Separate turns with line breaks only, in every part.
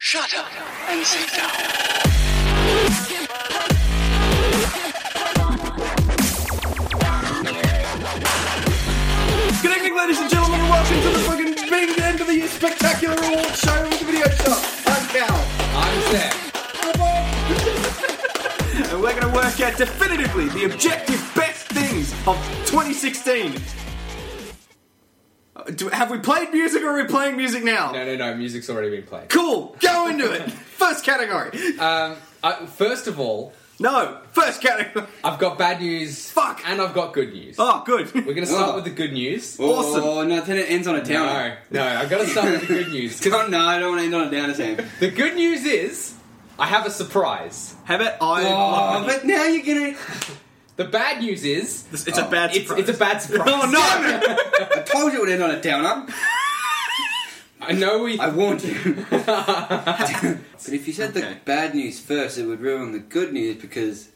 Shut up and sit down.
Good evening, ladies and gentlemen, and welcome to the fucking big end of the year spectacular award show with the video shop. I'm Cal. I'm Zach. and we're going to work out definitively the objective best things of 2016. Uh, Do, have we played music or are we playing music now?
No, no, no. Music's already been played.
Cool, go into it. First category.
Um, I, first of all,
No, first category.
I've got bad news.
Fuck.
And I've got good news.
Oh, good.
We're gonna start
Oh.
with the good news.
Awesome.
Oh, no, then it ends on a
No,
downer.
no. I've got to start with the good news. 'Cause
Don't- No, I don't want to end on a downer, Sam.
The good news is I have a surprise.
How about I?
Oh, but now you're gonna.
The bad news is
It's a bad
it's,
surprise.
it's a bad surprise.
Oh, no!
I told you it would end on a downer.
I know we.
I warned you. but if you said
Okay.
the bad news first, it would ruin the good news because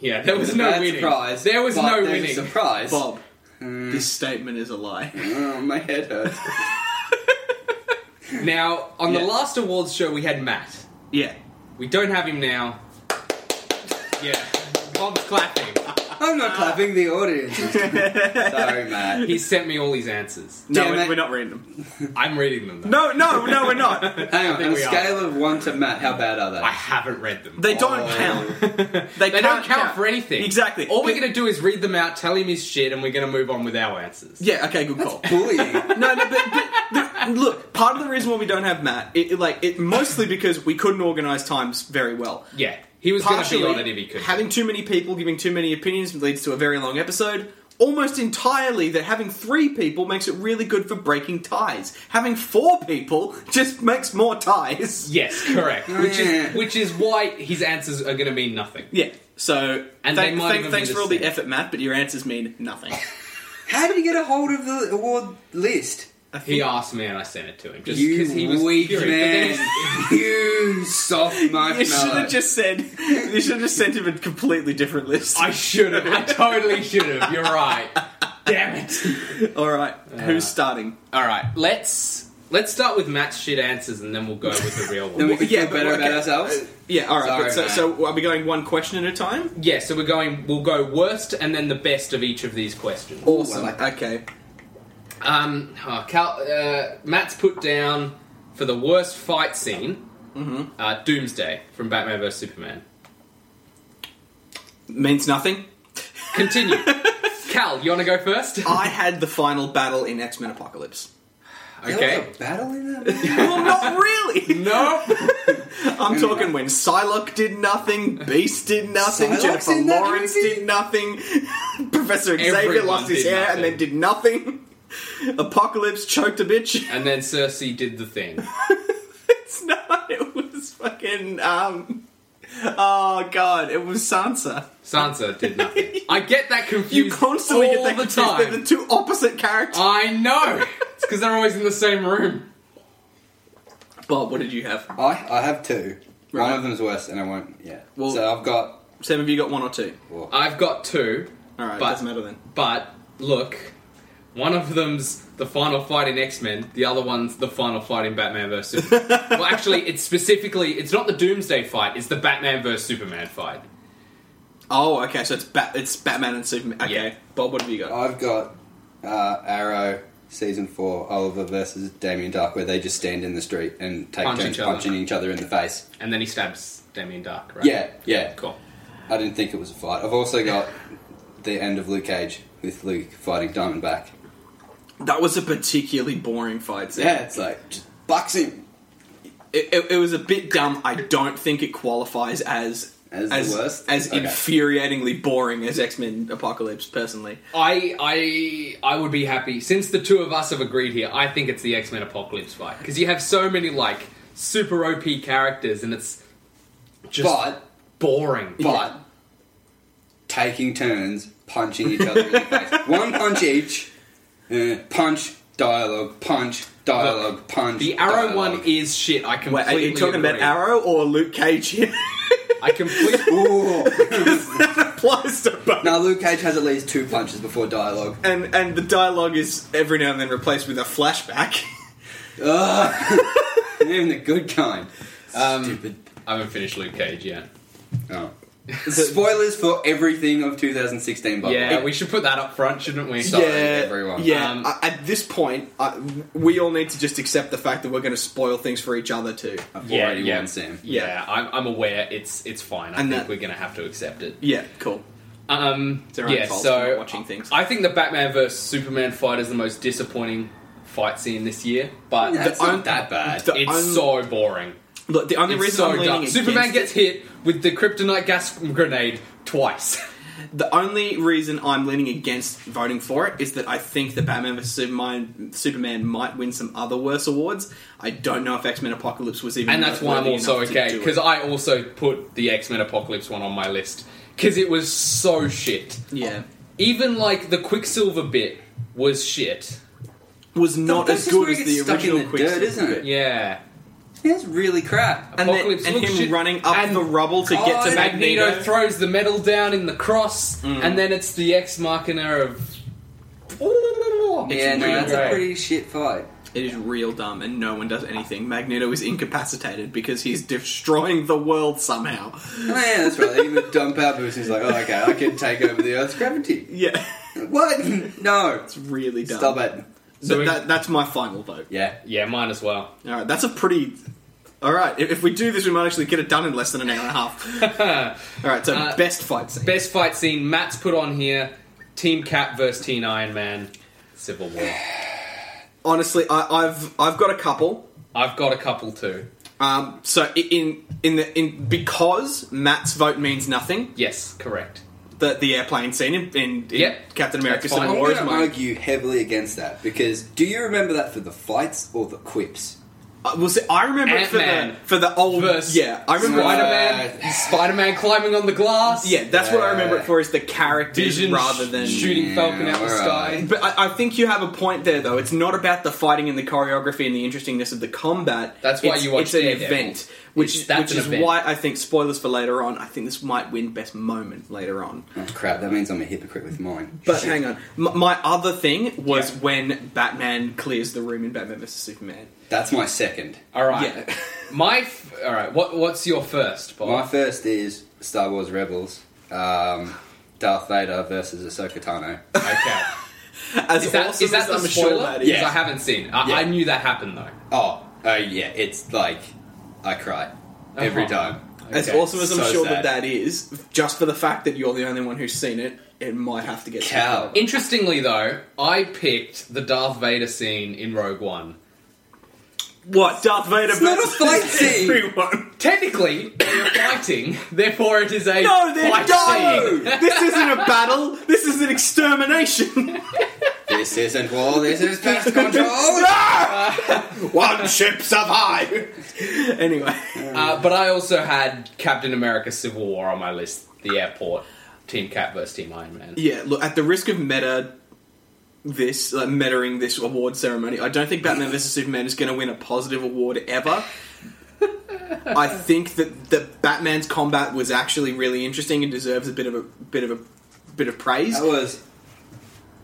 Yeah, there was
it's a
no
bad
winning.
surprise.
There was
but
no
there's a
winning.
surprise.
Bob, this statement is a lie.
Oh, my head hurts.
Now, on
Yeah.
the last awards show, we had Matt.
Yeah.
We don't have him now. Yeah, Bob's clapping.
I'm not clapping. The audience. is- Sorry, Matt.
He sent me all his answers.
No,
Damn
we-
it.
we're not reading them.
I'm reading them. Though.
No, no, no, we're not.
Hang on.
think
On a
we are.
scale of one to Matt, how bad are they?
I haven't read them.
They don't
Oh.
count.
They, don't
can't
count, for anything.
Exactly.
All we're gonna do is read them out, tell him his shit, and we're gonna move on with our answers.
Yeah. Okay. Good call.
Bullying.
No, no, but, but the, look, part of the reason why we don't have Matt, it, it, like, it mostly because we couldn't organise times very well.
Yeah. He was gonna be on it if he could.
having too many people giving too many opinions leads to a very long episode. Almost entirely, that having three people makes it really good for breaking ties. Having four people just makes more ties.
yes, correct. Which
Yeah.
is which is why his answers are gonna mean nothing.
Yeah. So,
And
thank-
they might
thank-
even
thanks
be
for all
the
the
same.
effort, Matt, but your answers mean nothing.
How did you get a hold of the award list?
He asked me and I sent it to him just
You
because he was
weak
furious. But
man.
then he-
you soft
You should
marshmallow.
have just said. You should have sent him a completely different list.
I should have. I totally should have. You're right. Damn it.
All right, who's starting?
All right. Let's let's start with Matt's shit answers and then we'll go with the real
Then we
one.
can
Yeah,
feel
but
better
okay.
about ourselves.
Yeah, all right. but
Sorry,
so, so are we going one question at a time?
yeah. So we're going. We'll go worst and then the best of each of these questions.
I like that.
okay.
Um, oh, Cal, uh, Matt's put down for the worst fight scene.
Mm-hmm.
Uh, Doomsday from Batman vs Superman.
Means nothing.
Continue. Cal, you want to go first?
I had the final battle in X Men Apocalypse.
There
okay.
was a battle in that. movie?
well, not really.
No.
I'm talking when Psylocke did nothing, Beast did nothing,
Psylocke's
Jennifer
in that
Lawrence
movie?
did nothing, Professor Xavier
Everyone
lost his
did
hair
nothing.
and then did nothing. Apocalypse choked a bitch.
and then Cersei did the thing.
It's not. It was fucking. Um, oh god, it was Sansa.
Sansa did nothing. I get that confused
You constantly
all
get that
the
confused.
time.
They're the two opposite characters.
I know. It's because they're always in the same room.
Bob, what did you have?
I, I have two.
Right.
One of them's worse, and I won't. Yeah.
Well-
so I've got.
Sam, have you got one or two?
well,
I've got two,
All right,
But-
doesn't matter then.
but look, one of them's the final fight in X Men. The other one's the final fight in Batman vs. Superman. well, actually, it's specifically it's not the Doomsday fight. It's the Batman vs Superman fight.
Oh, okay. So it's Bat- it's Batman and Superman. Okay,
Yeah.
Bob, what have you got?
I've got uh, Arrow season four, Oliver versus Damien Dark, where they just stand in the street and take
Punch
turns
each other.
punching each other in the face.
And then he stabs Damien Dark. Right?
Yeah, yeah.
Cool.
I didn't think it was a fight. I've also got the end of Luke Cage with Luke fighting Diamondback.
Uh, That was a particularly boring fight scene.
Yeah, it's like just bucks him.
It, it, it was a bit dumb. I don't think it qualifies as
As the worst?
as
Okay.
infuriatingly boring as X Men Apocalypse. Personally,
I I I would be happy since the two of us have agreed here. I think it's the X Men Apocalypse fight because you have so many like super OP characters and it's just
But
boring.
but taking turns punching each other in the face. One punch each. Uh, punch dialogue. Punch dialogue. punch.
The Arrow
dialogue.
one is shit. I completely
Wait, are you talking about
agree.
Arrow or Luke Cage? here?
I completely.
Ooh.
that applies to both.
now Luke Cage has at least two punches before dialogue.
And and the dialogue is every now and then replaced with a flashback.
Even the good kind.
Um,
Stupid.
I haven't finished Luke Cage yet.
Oh. Spoilers for everything of 2016, by the
Yeah,
way.
we should put that up front, shouldn't we?
Sorry, everyone.
Yeah,
Um,
I- at this point, I, we all need to just accept the fact that we're going to spoil things for each other too.
I've
Yeah,
already
yeah.
won Sam.
Yeah, I'm, I'm aware. It's it's fine. I
And
think
that-
we're going to have to accept it.
Yeah, cool.
Um,
It's our own
yeah,
fault for
so
not watching things.
I think the Batman vs Superman fight is the most disappointing fight scene this year, but
That's
The
not
un-
that bad.
the
it's
un-
so boring.
Look, the only
It's
reason
so
I'm leaning
dumb.
against
Superman
it-
gets hit with the kryptonite gas grenade twice.
the only reason I'm leaning against voting for it is that I think that Batman vs Superman, Superman might win some other worse awards. I don't know if X Men Apocalypse was even,
and that's why I'm
worthy
also
enough to
okay
do it.
because I also put the X Men Apocalypse one on my list because it was so shit.
yeah,
Even like the Quicksilver bit was shit.
was not
That's
as
just
good
where
as
he
the
gets stuck in
original
the dirt,
Quicksilver
isn't it?
bit.
Yeah,
That's really crap.
And, then-
Apocalypse
and
looks
him
shit.
running up
And
the rubble to get to
God,
Magneto,
Magneto.
throws the metal down in the cross,
Mm.
and then it's the Ex Machina of.
yeah, no,
really
that's
great.
a pretty shit fight.
It is real dumb, and no one does anything. Magneto is incapacitated because he's destroying the world somehow.
Oh, yeah, that's right. Even dumb power boost is like, oh, okay, I can take over the Earth's gravity.
Yeah,
What? No.
it's really dumb.
Stop it.
Th-
So we-
that- that's my final vote.
Yeah.
Yeah, mine as well.
All right, that's a pretty. All right, if, if we do this, we might actually get it done in less than an hour and a half. All right, so
Uh,
best fight scene.
Best fight scene Matt's put on here Team Cap versus Teen Iron Man, Civil War.
Honestly, I, I've I've got a couple.
I've got a couple too.
Um, so i- in in the in because Matt's vote means nothing.
Yes, correct.
The the airplane scene in, in, in
Yep.
Captain America:
That's fine.
Civil
I'm
War
going
is
to
mine.
argue heavily against that because do you remember that for the fights or the quips?
Uh, well, see, I remember it for the
Ant-Man
for the old
versus
yeah. I remember
Spider
I-
Man.
Uh,
Spider Man climbing on the glass.
yeah. That's what I remember it
Uh,
for is the characters
Vision
rather than
shooting Falcon out the
Yeah,
sky.
But I, I think you have a point there, though. It's not about the fighting and the choreography and the interestingness of the combat.
That's why
it's,
you watch
It's an
Daredevil.
event, which
It's- that's
which
an
is
event.
why I think spoilers for later on. I think this might win best moment later on.
Oh, crap, that means I'm a hypocrite with mine.
But
Shit.
hang on, M- my other thing was
Yeah.
when Batman clears the room in Batman vs Superman.
That's my second.
All right.
Yeah.
My f- all right. What what's your first, Bob?
My first is Star Wars Rebels, um, Darth Vader versus Ahsoka Tano.
okay.
As
Is that,
awesome
is that
as
the
I'm
spoiler?
sure that is.
Because
Yeah.
I haven't seen. I,
Yeah.
I knew that happened though.
Oh, oh yeah, it's like I cry every
Uh-huh.
time.
As
Okay.
awesome as I'm
So
sure that
sad.
that is, just for the fact that you're the only one who's seen it, it might have to get
Cow.
Interestingly though, I picked the Darth Vader scene in Rogue One.
What Darth Vader?
It's not a
versus
fight scene.
Everyone.
Technically, they're fighting. Therefore, it is a
No, they're
fight
dying!
scene.
this isn't a battle, this is an extermination!
This isn't war. This is pest control.
One ship survived! Anyway.
Uh, but I also had Captain America: Civil War on my list. The airport, Team Cap versus Team Iron Man.
Yeah, look, at the risk of meta this, like, metaing this award ceremony, I don't think Batman vs. Superman is going to win a positive award ever. I think that, that Batman's combat was actually really interesting and deserves a bit of a bit of a bit of praise.
That was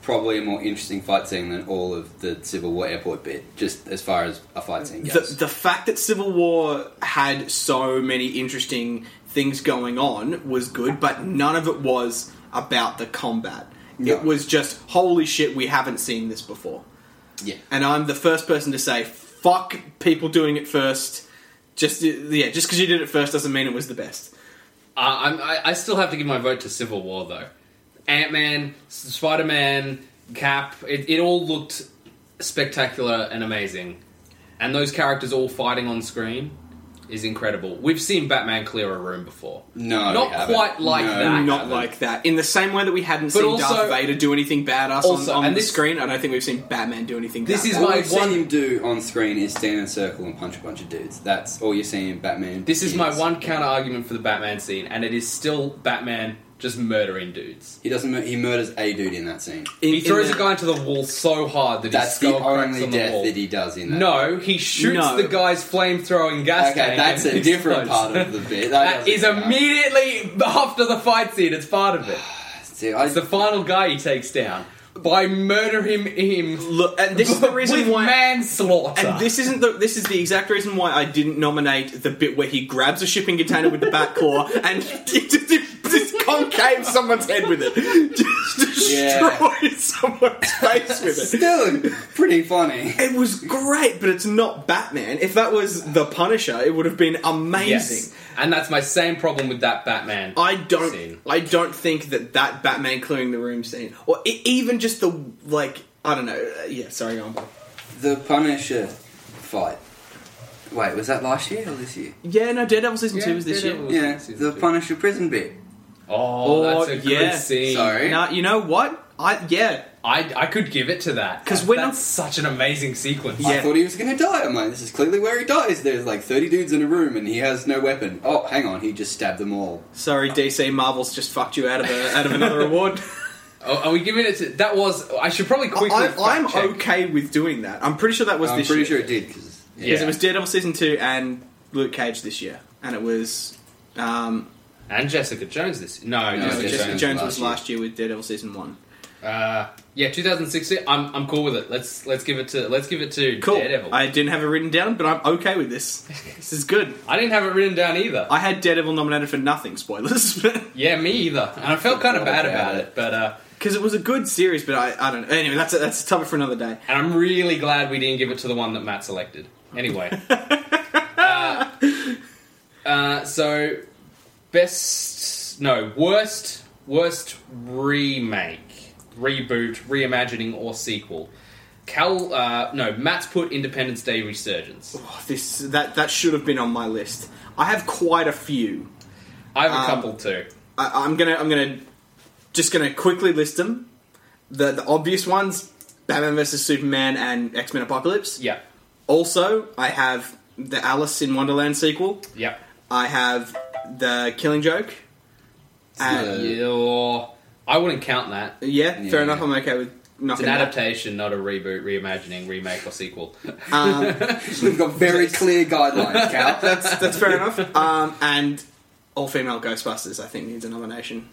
probably a more interesting fight scene than all of the Civil War airport bit, just as far as a fight scene
the,
goes.
the fact that Civil War had so many interesting things going on was good, but none of it was about the combat.
No.
It was just, holy shit, we haven't seen this before.
yeah.
And I'm the first person to say, fuck people doing it first. Just, yeah, just because you did it first doesn't mean it was the best.
Uh, I'm, I, I still have to give my vote to Civil War though. Ant Man, Spider Man, Cap, it, it all looked spectacular and amazing. And those characters all fighting on screen is incredible. We've seen Batman clear a room before.
No, we
Not
haven't.
quite like
No,
that.
we
Not
haven't.
like that. In the same way that we hadn't
But
seen
also-
Darth Vader do anything badass
Also,
on, on
and
the
this-
screen, I don't think we've seen Batman do anything
This
badass.
is
All
my
you've seen
one-
him do on screen is stand in a circle and punch a bunch of dudes. That's all you're seeing in Batman.
This is my one counter argument for the Batman scene, and it is still Batman just murdering dudes.
He doesn't. mur- He murders a dude in that scene.
In-
He
in
throws
the-
a guy into the wall so hard that
That's
his
the
skull cracks
only
on the
death
wall.
that he does in that.
No, he shoots
No.
the guy's flame-throwing gas tank.
Okay, that's
and
a
it
different
explodes.
part of the bit.
That
doesn't
is
count.
immediately after the fight scene. It's part of it.
See, I,
It's the final guy he takes down. by murder him him.
Look, and this is the reason
with
why.
manslaughter.
And this isn't the. This is the exact reason why I didn't nominate the bit where he grabs a shipping container with the back claw and just, just concaves someone's head with it, just destroys someone's face with it.
Still pretty funny.
It was great, but it's not Batman. If that was the Punisher, it would have been amazing.
yes. and that's my same problem with that Batman.
I don't.
Scene.
I don't think that that Batman clearing the room scene, or e- even just the like. I don't know. Uh, yeah, sorry, go on. Bob.
The Punisher fight. Wait, was that last year or this year?
Yeah, no, Daredevil season two was this year.
Daredevil.
Yeah,
Season
the
two.
Punisher prison bit.
Oh,
Oh, that's a
yeah.
good scene.
Sorry.
Now you know what? I yeah,
I, I could give it to that
'Cause
That-
we're
that's
not-
such an amazing sequence.
Yeah.
I thought he was going to die. I'm like, this is clearly where he dies. There's like 30 dudes in a room and he has no weapon. Oh, hang on, he just stabbed them all.
Sorry, DC Marvel's just fucked you out of a, out of another award.
Oh, are we giving it to that? Was I should probably quickly.
I, I'm
fact check.
okay with doing that. I'm pretty sure that was
I'm
this
pretty
year
sure it did. 'cause- yeah.
because
Yeah.
it was Daredevil season two and Luke Cage this year, and it was um,
And Jessica Jones this. No,
No,
no,
Jessica,
Jessica Jones,
Jones.
was last year. with Daredevil season one.
Uh, yeah, 2016. I'm I'm cool with it. Let's let's give it to let's give it to
Cool.
Daredevil. I,
I didn't have it written down, but I'm okay with this. this is good.
didn't have it written down either.
I had Daredevil nominated for nothing. Spoilers.
yeah, me either. And I felt kind of
Forgot
bad about
about
it, but uh,
Because it was a good series, but I, I don't know. Anyway, that's a, that's a topic for another day.
and I'm really glad we didn't give it to the one that Matt selected. Anyway, uh, uh, so best no worst worst remake reboot reimagining or sequel. Cal uh, no Matt's put Independence Day Resurgence.
Oh, this that that should have been on my list. I have quite a few.
I have a
Um,
couple too.
I, I'm gonna I'm gonna just gonna quickly list them. The the obvious ones: Batman vs Superman and X Men Apocalypse.
Yeah,
Also, I have the Alice in Wonderland sequel.
yeah.
I have the Killing Joke. And
Uh,
Yeah, I wouldn't count that.
yeah, fair
yeah.
enough. I'm okay with
It's
nothing.
an adaptation, not a reboot, reimagining, remake, or sequel.
Um,
We've got very clear guidelines, Cal.
that's that's fair enough. Um, and all female Ghostbusters, I think, needs a nomination.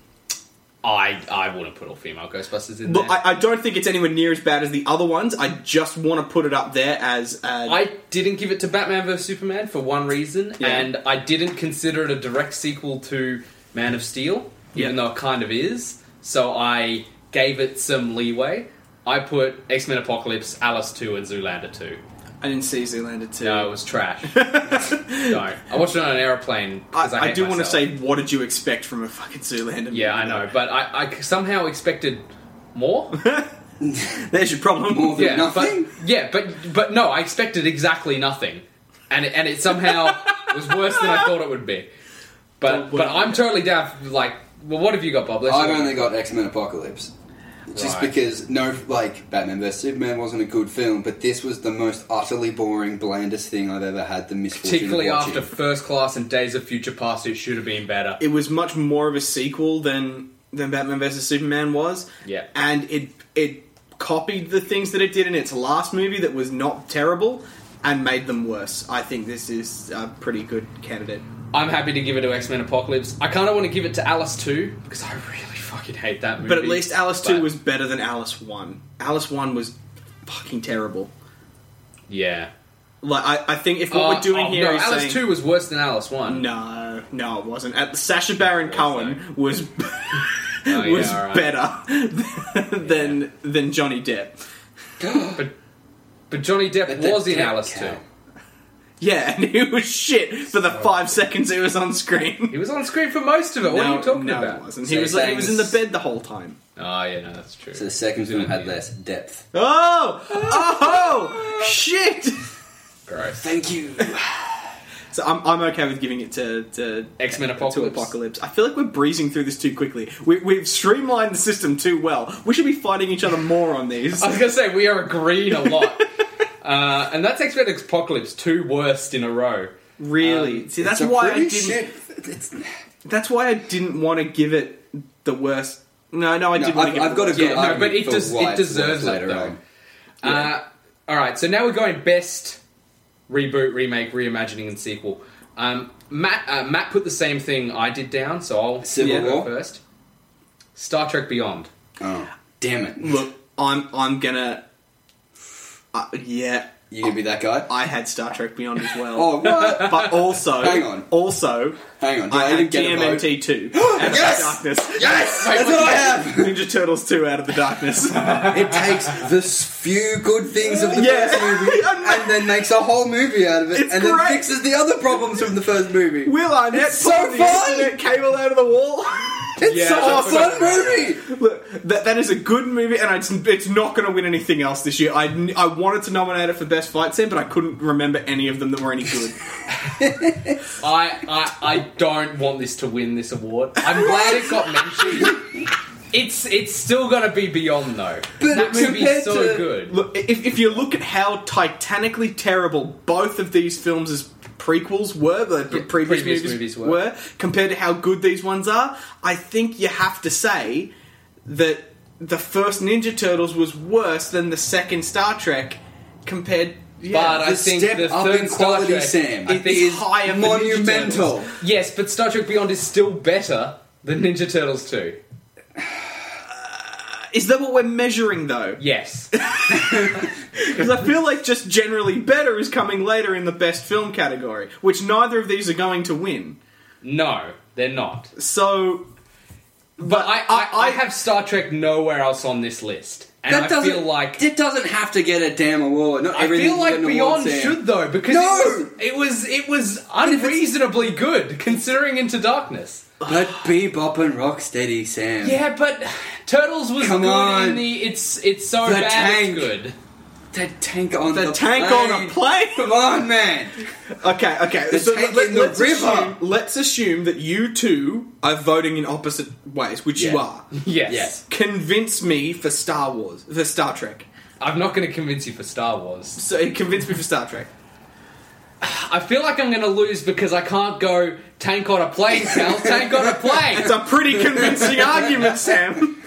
I I wouldn't put all female Ghostbusters in
Look,
there.
I, I don't think it's anywhere near as bad as the other ones. I just want to put it up there as uh,
I, didn't give it to Batman vs Superman for one reason,
Yeah.
and I didn't consider it a direct sequel to Man of Steel, even
Yeah.
though it kind of is. So I gave it some leeway. I put X Men Apocalypse, Alice Two, and Zoolander Two.
I didn't see Zoolander two.
No, it was trash. no, I watched it on an airplane because I,
I, I
hate
do want to
myself.
say, what did you expect from a fucking Zoolander? movie,
Yeah, I know,
though?
but I, I somehow expected more.
There's your problem.
More than
yeah,
nothing.
But, yeah, but but no, I expected exactly nothing, and it, and it somehow was worse than I thought it would be. But
Don't worry.
but I'm totally down. For, like, well, what have you got, Bob? Let's-
I've only got X Men Apocalypse. Just
Right.
because no, like Batman vs Superman wasn't a good film, but this was the most utterly boring, blandest thing I've ever had the misfortune
particularly
of watching.
after First Class and Days of Future Past, it should have been better.
It was much more of a sequel than than Batman vs Superman was.
Yeah.
and it it copied the things that it did in its last movie that was not terrible and made them worse. I think this is a pretty good candidate.
I'm happy to give it to X Men Apocalypse. I kind of want to give it to Alice too because I really fucking hate that movie.
But at least Alice two
But-
was better than Alice one. Alice one was fucking terrible.
yeah.
Like I, I think if what
Uh,
we're doing
oh,
here
no,
is
Alice
saying
two was worse than Alice one.
No, no, it wasn't. At Sasha Baron
It was,
Cohen was
Oh, yeah,
was
alright.
better than than Johnny Depp.
but but Johnny Depp
But that
was in
didn't
Alice
count.
too.
Yeah, and he was shit for the five seconds he was on screen.
He was on screen for most of it. What
no,
are you talking
no,
about?
He wasn't. He
So
was like, he
saying
was in the
this-
bed the whole time.
Oh yeah, no, that's true.
So the second film had less depth.
Oh, oh, shit!
Gross.
Thank you.
So I'm, I'm okay with giving it to to
X-Men
to
Apocalypse.
apocalypse. I feel like we're breezing through this too quickly. We, we've streamlined the system too well. We should be fighting each other more on these.
I was gonna say we are agreeing a lot, uh, and that's X Men Apocalypse two worst in a row.
Really?
Um,
See, that's
It's a
why I
pretty
didn't.
shit- it's-
That's why I didn't want to give it the worst. No, no, I
No,
did. want to
I've-
give
I've
it
got
the
a
worst.
good
Yeah, no,
argument
but it
for
does.
why
It
it's worth
deserves it
later
though.
on.
Uh, all right, so now we're going best reboot, remake, reimagining, and sequel. Um, Matt uh, Matt put the same thing I did down, so I'll
Civil
I'll go
War?
first. Star Trek Beyond.
Oh, damn it!
Look, I'm I'm gonna. Uh, yeah,
You gonna be that guy?
I had Star Trek Beyond as well.
Oh, what?
But also,
Hang on.
also,
Hang on. Did
I
I, even
had
get a vote?
DMNT two out
Yes!
of the darkness.
Yes!
Wait,
That's
what
what I
did
have!
Ninja Turtles two out of the darkness.
It takes the s- few good things of the
Yeah.
first movie and then makes a whole movie out of it
It's
and
great.
then fixes the other problems from the first movie.
Will Arnett
It's so
pulled the
fun!
internet cable out of the wall.
It's
Yeah,
such
that's
a fun
what-
oh, movie!
Look, that that is a good movie, and it's it's not going to win anything else this year. I I wanted to nominate it for best fight scene, but I couldn't remember any of them that were any good.
I, I I don't want this to win this award. I'm glad it got mentioned. It's it's still gonna be beyond though.
But
that movie's
compared
so
to-
good.
Look, if, if you look at how titanically terrible both of these films as prequels were, the
Yeah,
previous,
previous
movies,
movies
were.
were.
compared to how good these ones are, I think you have to say that the first Ninja Turtles was worse than the second Star Trek compared. Yeah,
But I
The
think
step
the
up
third
in
Star
quality,
Trek,
Sam,
I
It
think
is
is
higher than Ninja Turtles.
Monumental.
yes, but Star Trek Beyond is still better than Ninja Turtles two.
Is that what we're measuring though?
Yes,
Because I feel like just generally better is coming later in the best film category, which neither of these are going to win.
no, they're not.
So
But I, I,
I-
I have Star Trek nowhere else on this list, and
That
I
doesn't
feel like
it doesn't have to get a damn award. Not
I
everything
feel
can
like
get an
Beyond
award, Sam.
should though because
No!
it, was, it was it was unreasonably good considering Into Darkness.
But Bebop and Rocksteady, Sam.
Yeah, but Turtles was
Come
good
on.
in the it's it's so
The
bad
tank.
it's good.
The tank on
the,
the,
tank
plane.
on a plane.
Come on, man.
Okay, okay.
The
so
tank
let,
in the
us
river.
Assume, let's assume that you two are voting in opposite ways, which you
Yeah.
are.
Yes.
Yes.
Convince me for Star Wars, for Star Trek.
I'm not going to convince you for Star Wars.
So convince me for Star Trek.
I feel like I'm going to lose because I can't go tank on a plane, Cal. tank on a plane.
It's a pretty convincing argument, Sam.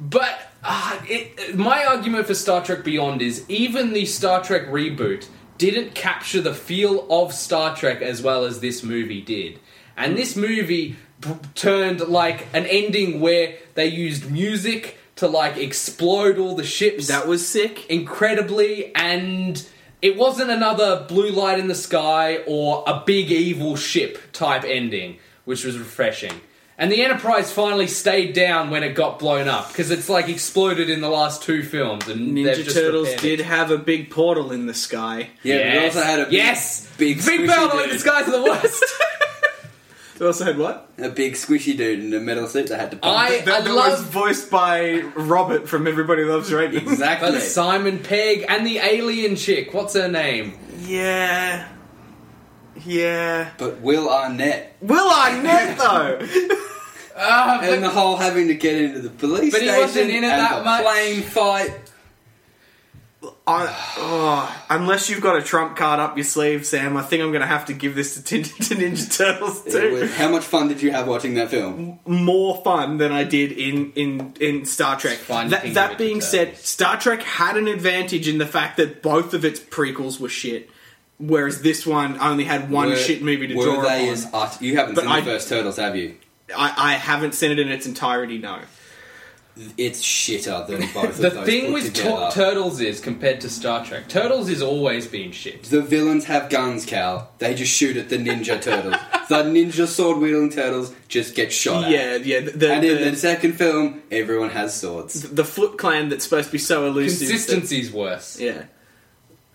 But uh, it, my argument for Star Trek Beyond is even the Star Trek reboot didn't capture the feel of Star Trek as well as this movie did. And this movie b- turned like an ending where they used music to like explode all the ships
That was sick.
incredibly and it wasn't another blue light in the sky or a big evil ship type ending which was refreshing and the enterprise finally stayed down when it got blown up because it's like exploded in the last two films and they've
Ninja
just
Turtles
repaired it.
did have a big portal in the sky.
Yeah, but it
Yes.
also had a big,
yes
big,
big
squishy
battle in
dude.
the skies of the west
They also had what?
A big squishy dude in a metal suit that had to. Pump
I-
it.
That, that was
love-
voiced by Robert from Everybody Loves Raymond.
exactly.
but Simon Pegg and the alien chick what's her name
Yeah. Yeah.
But Will Arnett
Will Arnett though.
Ah,
and the whole having to get into the police
But he
station
wasn't in it
and
that
the
much.
Plane fight.
I, oh, unless you've got a trump card up your sleeve, Sam, I think I'm going to have to give this to, Tin- to Ninja Turtles
It
too.
was- how much fun did you have watching that film?
More fun than I did in in in Star Trek.
fun
That,
thing
that
with
being
the
said,
Turtles.
Star Trek had an advantage in the fact that both of its prequels were shit, whereas this one only had one
Were-
shit movie to
were
draw
they
on.
as ut- You haven't
But
seen
I-
the first Turtles, have you?
I, I haven't seen it in its entirety. No,
It's shitter than both
the
of those
thing
put
with Tur-
together.
Turtles is compared to Star Trek Turtles has always been shit
The villains have guns, Cal. They just shoot at the ninja turtles. the ninja sword wielding turtles just get shot at.
yeah, yeah. The, the,
Oh, And in the
the,
second film, everyone has swords.
the Flip Clan that's supposed to be so elusive. that-
Consistency's worse.
yeah.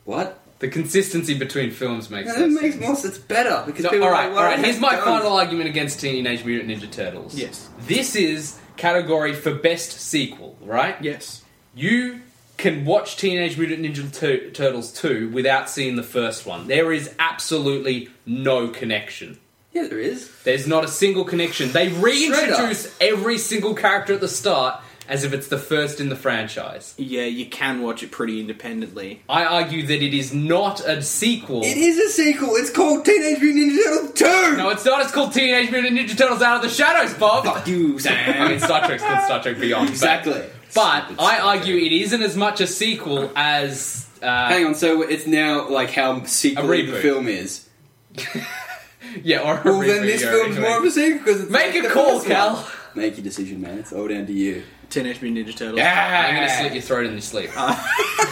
What?
The consistency between films makes
That
sense.
makes more sense. It's better because
No, all
people. are
right,
like,
all
"Why
right.
don't we
Here's
have
my
guns?"
final argument against Teenage Mutant Ninja Turtles.
Yes.
this is category for best sequel, right?
Yes.
You can watch Teenage Mutant Ninja Tur- Turtles two without seeing the first one. There is absolutely no connection.
Yeah, there is.
There's not a single connection. They reintroduce
up.
every single character at the start as if it's the first in the franchise.
Yeah, you can watch it pretty independently.
I argue that it is not a sequel.
It is a sequel. It's called Teenage Mutant Ninja Turtles Two.
No, it's not. It's called Teenage Mutant Ninja Turtles Out of the Shadows, Bob.
Fuck you,
I mean,
Sam.
Star Trek's called Star Trek Beyond. but-
exactly.
But,
Stupid
I
Star
argue it isn't as much a sequel as. Uh,
Hang on. So it's now like how sequel
A
the
reboot.
film is.
Yeah, or a
Well,
reboot,
then this
yeah,
film's
anyway.
more of a sequel because
Make a call, Cal.
Make your decision, man. It's all down to you.
Teenage Mutant Ninja Turtles.
Yeah.
I'm going to slit your throat in your sleep.
Ah,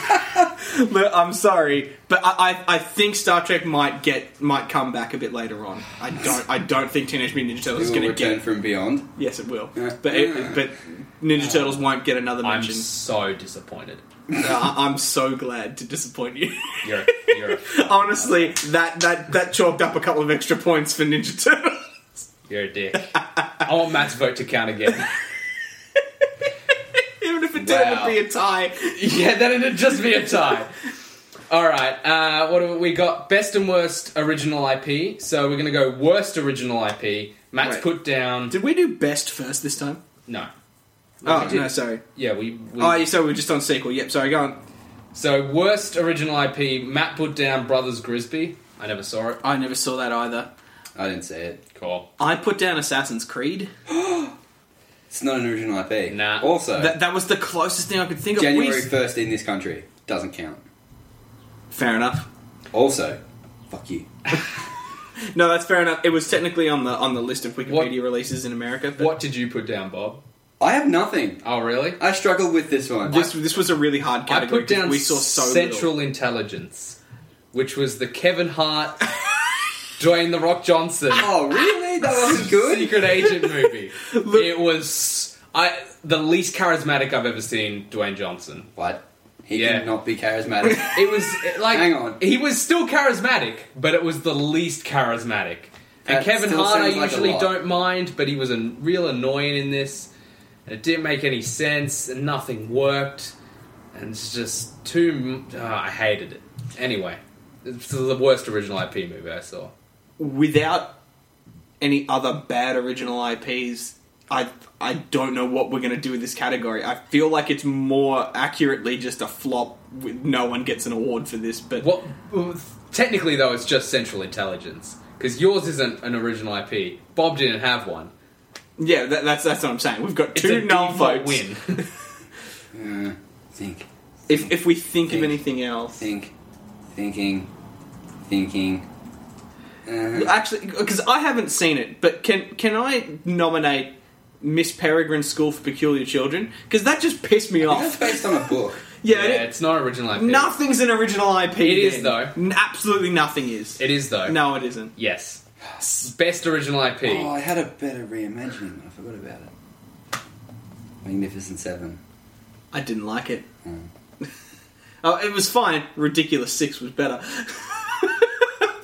Look, I'm sorry, but I, I, I think Star Trek might get might come back a bit later on. I don't I don't think Teenage Mutant Ninja Turtles
It
is
will
going to
return
get.
from beyond.
Yes, it will.
Yeah.
But it, but Ninja Turtles won't get another
I'm
mention.
so disappointed.
I- I'm so glad to disappoint you.
You're, you're,
Honestly, that that that chalked up a couple of extra points for Ninja Turtles.
you're a dick. I want Matt's vote to count again.
Even if it didn't
Wow.
be a tie,
Yeah, then it'd just be a tie. All right, uh, what have we got? Best and worst original IP. So we're going to go worst original IP. Matt's
Wait.
put down.
did we do best first this time?
No.
Oh
we did.
no, sorry.
Yeah, we. we
Oh, you- so we we're just on sequel. Yep. Sorry, go on.
So worst original IP. Matt put down Brothers Grisby. I never saw it.
I never saw that either.
I didn't see it.
Cool.
I put down Assassin's Creed.
It's not an original IP.
Nah.
Also,
That, that was the closest thing I could think of.
January
We-
first in this country doesn't count.
Fair enough.
Also, fuck you.
No, that's fair enough. It was technically on the on the list of Wikipedia
What-
releases in America. But
What did you put down, Bob?
I have nothing.
Oh, really?
I struggle with this one.
This this was a really hard
I
category.
put down
because we saw so
Central
little.
Intelligence, which was the Kevin Hart, Dwayne the Rock Johnson.
oh, really? That wasn't good.
Secret Agent movie. it was I the least charismatic I've ever seen Dwayne Johnson.
What? He
Yeah.
can not be charismatic.
It was it, like
Hang on.
he was still charismatic, but it was the least charismatic.
That
and Kevin
still
Hart I
sounds like a
usually
lot.
don't mind, but he was a real annoying in this. And it didn't make any sense, and nothing worked, and it's just too. Uh, I hated it. Anyway, it's the worst original IP movie I saw.
Without any other bad original IPs, I I don't know what we're going to do with this category. I feel like it's more accurately just a flop. With, no one gets an award for this, but
What? Technically, though, it's just Central Intelligence because yours isn't an original IP. Bob didn't have one.
yeah, that, that's that's what I'm saying. We've got
It's
two
a
null
default
votes.
Win.
Uh, think,
If if we think of
Think.
anything else,
think, thinking, thinking. Uh,
Actually, because I haven't seen it, but can can I nominate Miss Peregrine's School for Peculiar Children? Because that just pissed me
that's
off.
based on a book.
Yeah,
yeah,
it-
it's not original IP.
nothing's an original IP.
It is,
then.
though.
N- Absolutely nothing is.
It is though.
No, it isn't.
Yes. Best original IP.
Oh, I had a better reimagining, but I forgot about it. Magnificent Seven.
I didn't like it.
Mm.
oh, it was fine. Ridiculous Six was better.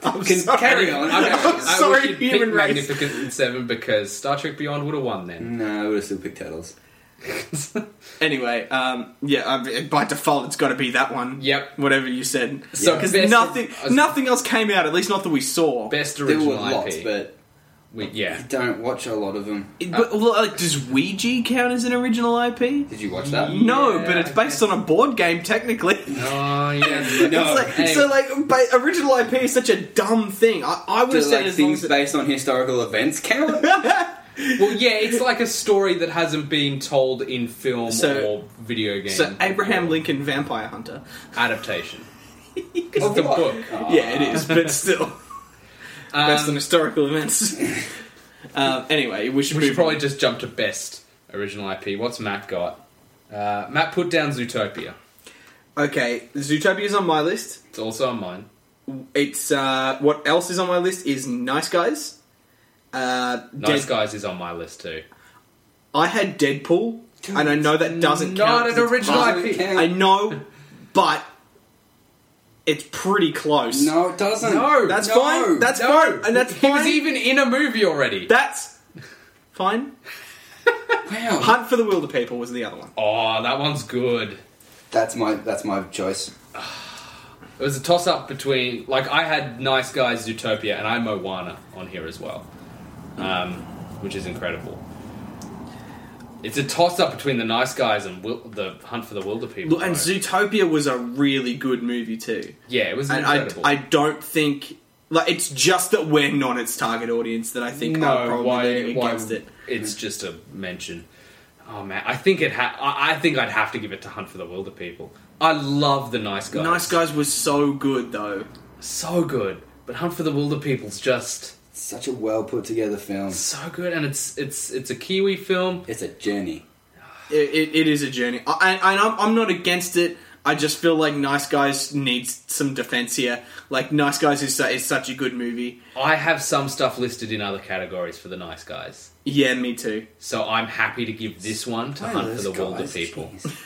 I'm
Can-
sorry.
carry on.
Okay,
I'm
I
sorry,
wish you'd pick
human race.
Magnificent Seven because Star Trek Beyond would have won then.
No, I would have still picked Turtles.
Mm. Anyway, um, yeah, I, by default, it's got to be that one.
Yep.
Whatever you said.
So
because
best-
nothing,
I was-
nothing else came out. At least not that we saw.
Best
There were
original IP.
lots, but
we,
I
yeah.
don't watch a lot of them.
It- but, well, like, does Ouija count as an original IP?
Did you watch that?
No,
Yeah,
but it's
I
based on a board game, technically.
Oh yeah.
No.
It's like, So, like, ba- original IP is such a dumb thing. I, I would
Do,
have said
like,
as long
things
as it-
based on historical events count?
Well, yeah, it's like a story that hasn't been told in film
So-
or video game.
So, Abraham Lincoln Vampire Hunter.
adaptation. Because
Of
it's a
what?
book.
Yeah, it is, but still. based on
Oh. Um,
historical events. um, anyway, we should
we should
move
probably
on.
just jump to best original IP. What's Matt got? Uh, Matt put down Zootopia.
Okay, Zootopia's on my list.
It's also on mine.
It's, uh, what else is on my list is Nice Guys. Uh,
Nice
Dead-
Guys is on my list too.
I had Deadpool, and I know that doesn't count.
Not
'cause
an
it's
original
part-
IP.
I know, but it's pretty close.
No, it doesn't.
No,
that's
no.
fine. That's fine, and that's
He
fine.
was even in a movie already.
that's fine.
Wow.
Hunt for the Wilder People was the other one.
oh, that one's good.
That's my that's my choice.
It was a toss up between like I had Nice Guys, Zootopia, and I had Moana on here as well, um, which is incredible. It's a toss up between the Nice Guys and Wil- the Hunt for the Wilder People.
Look, And
though.
Zootopia was a really good movie too.
yeah, it was
And I,
incredible.
I don't think like it's just that we're not its target audience that I think are
no,
probably
why,
leaning
why?
against it.
It's just a mention. Oh man, I think it. Ha- I, I think I'd have to give it to Hunt for the Wilder People. I love the Nice Guys.
Nice Guys was so good though.
so good. But Hunt for the Wilder People's just
Such a well put together film.
so good, and it's it's it's a Kiwi film.
It's a journey.
it, it, it is a journey. I, I- and I'm, I'm not against it. I just feel like Nice Guys needs some defense here. Like Nice Guys is, su- is such a good movie.
I have some stuff listed in other categories for the nice guys.
Yeah, me too.
So I'm happy to give this one to Hunt for the Wilder
Guys,
People.
jeez.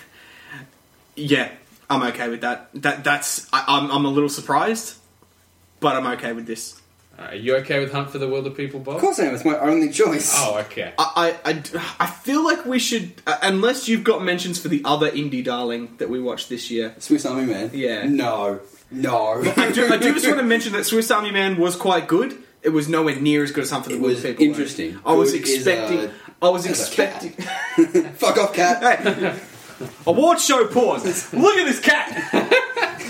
Yeah, I'm okay with that. That that's I, I'm I'm a little surprised, but I'm okay with this.
Alright, Uh, are you okay with Hunt for the Wilder People, Bob?
Of course I am. It's my only choice.
Oh, okay.
I, I, I- I feel like we should, uh, unless you've got mentions for the other indie darling that we watched this year.
Swiss Army Man.
Yeah.
No. No.
I do, I do just want to mention that Swiss Army Man was quite good. It was nowhere near as good as Something
It
Little
was
People.
interesting.
I was
Good is,
expecting.
uh,
I was
as a cat.
expecting.
Fuck off, cat.
hey, award show pause. Look at this cat.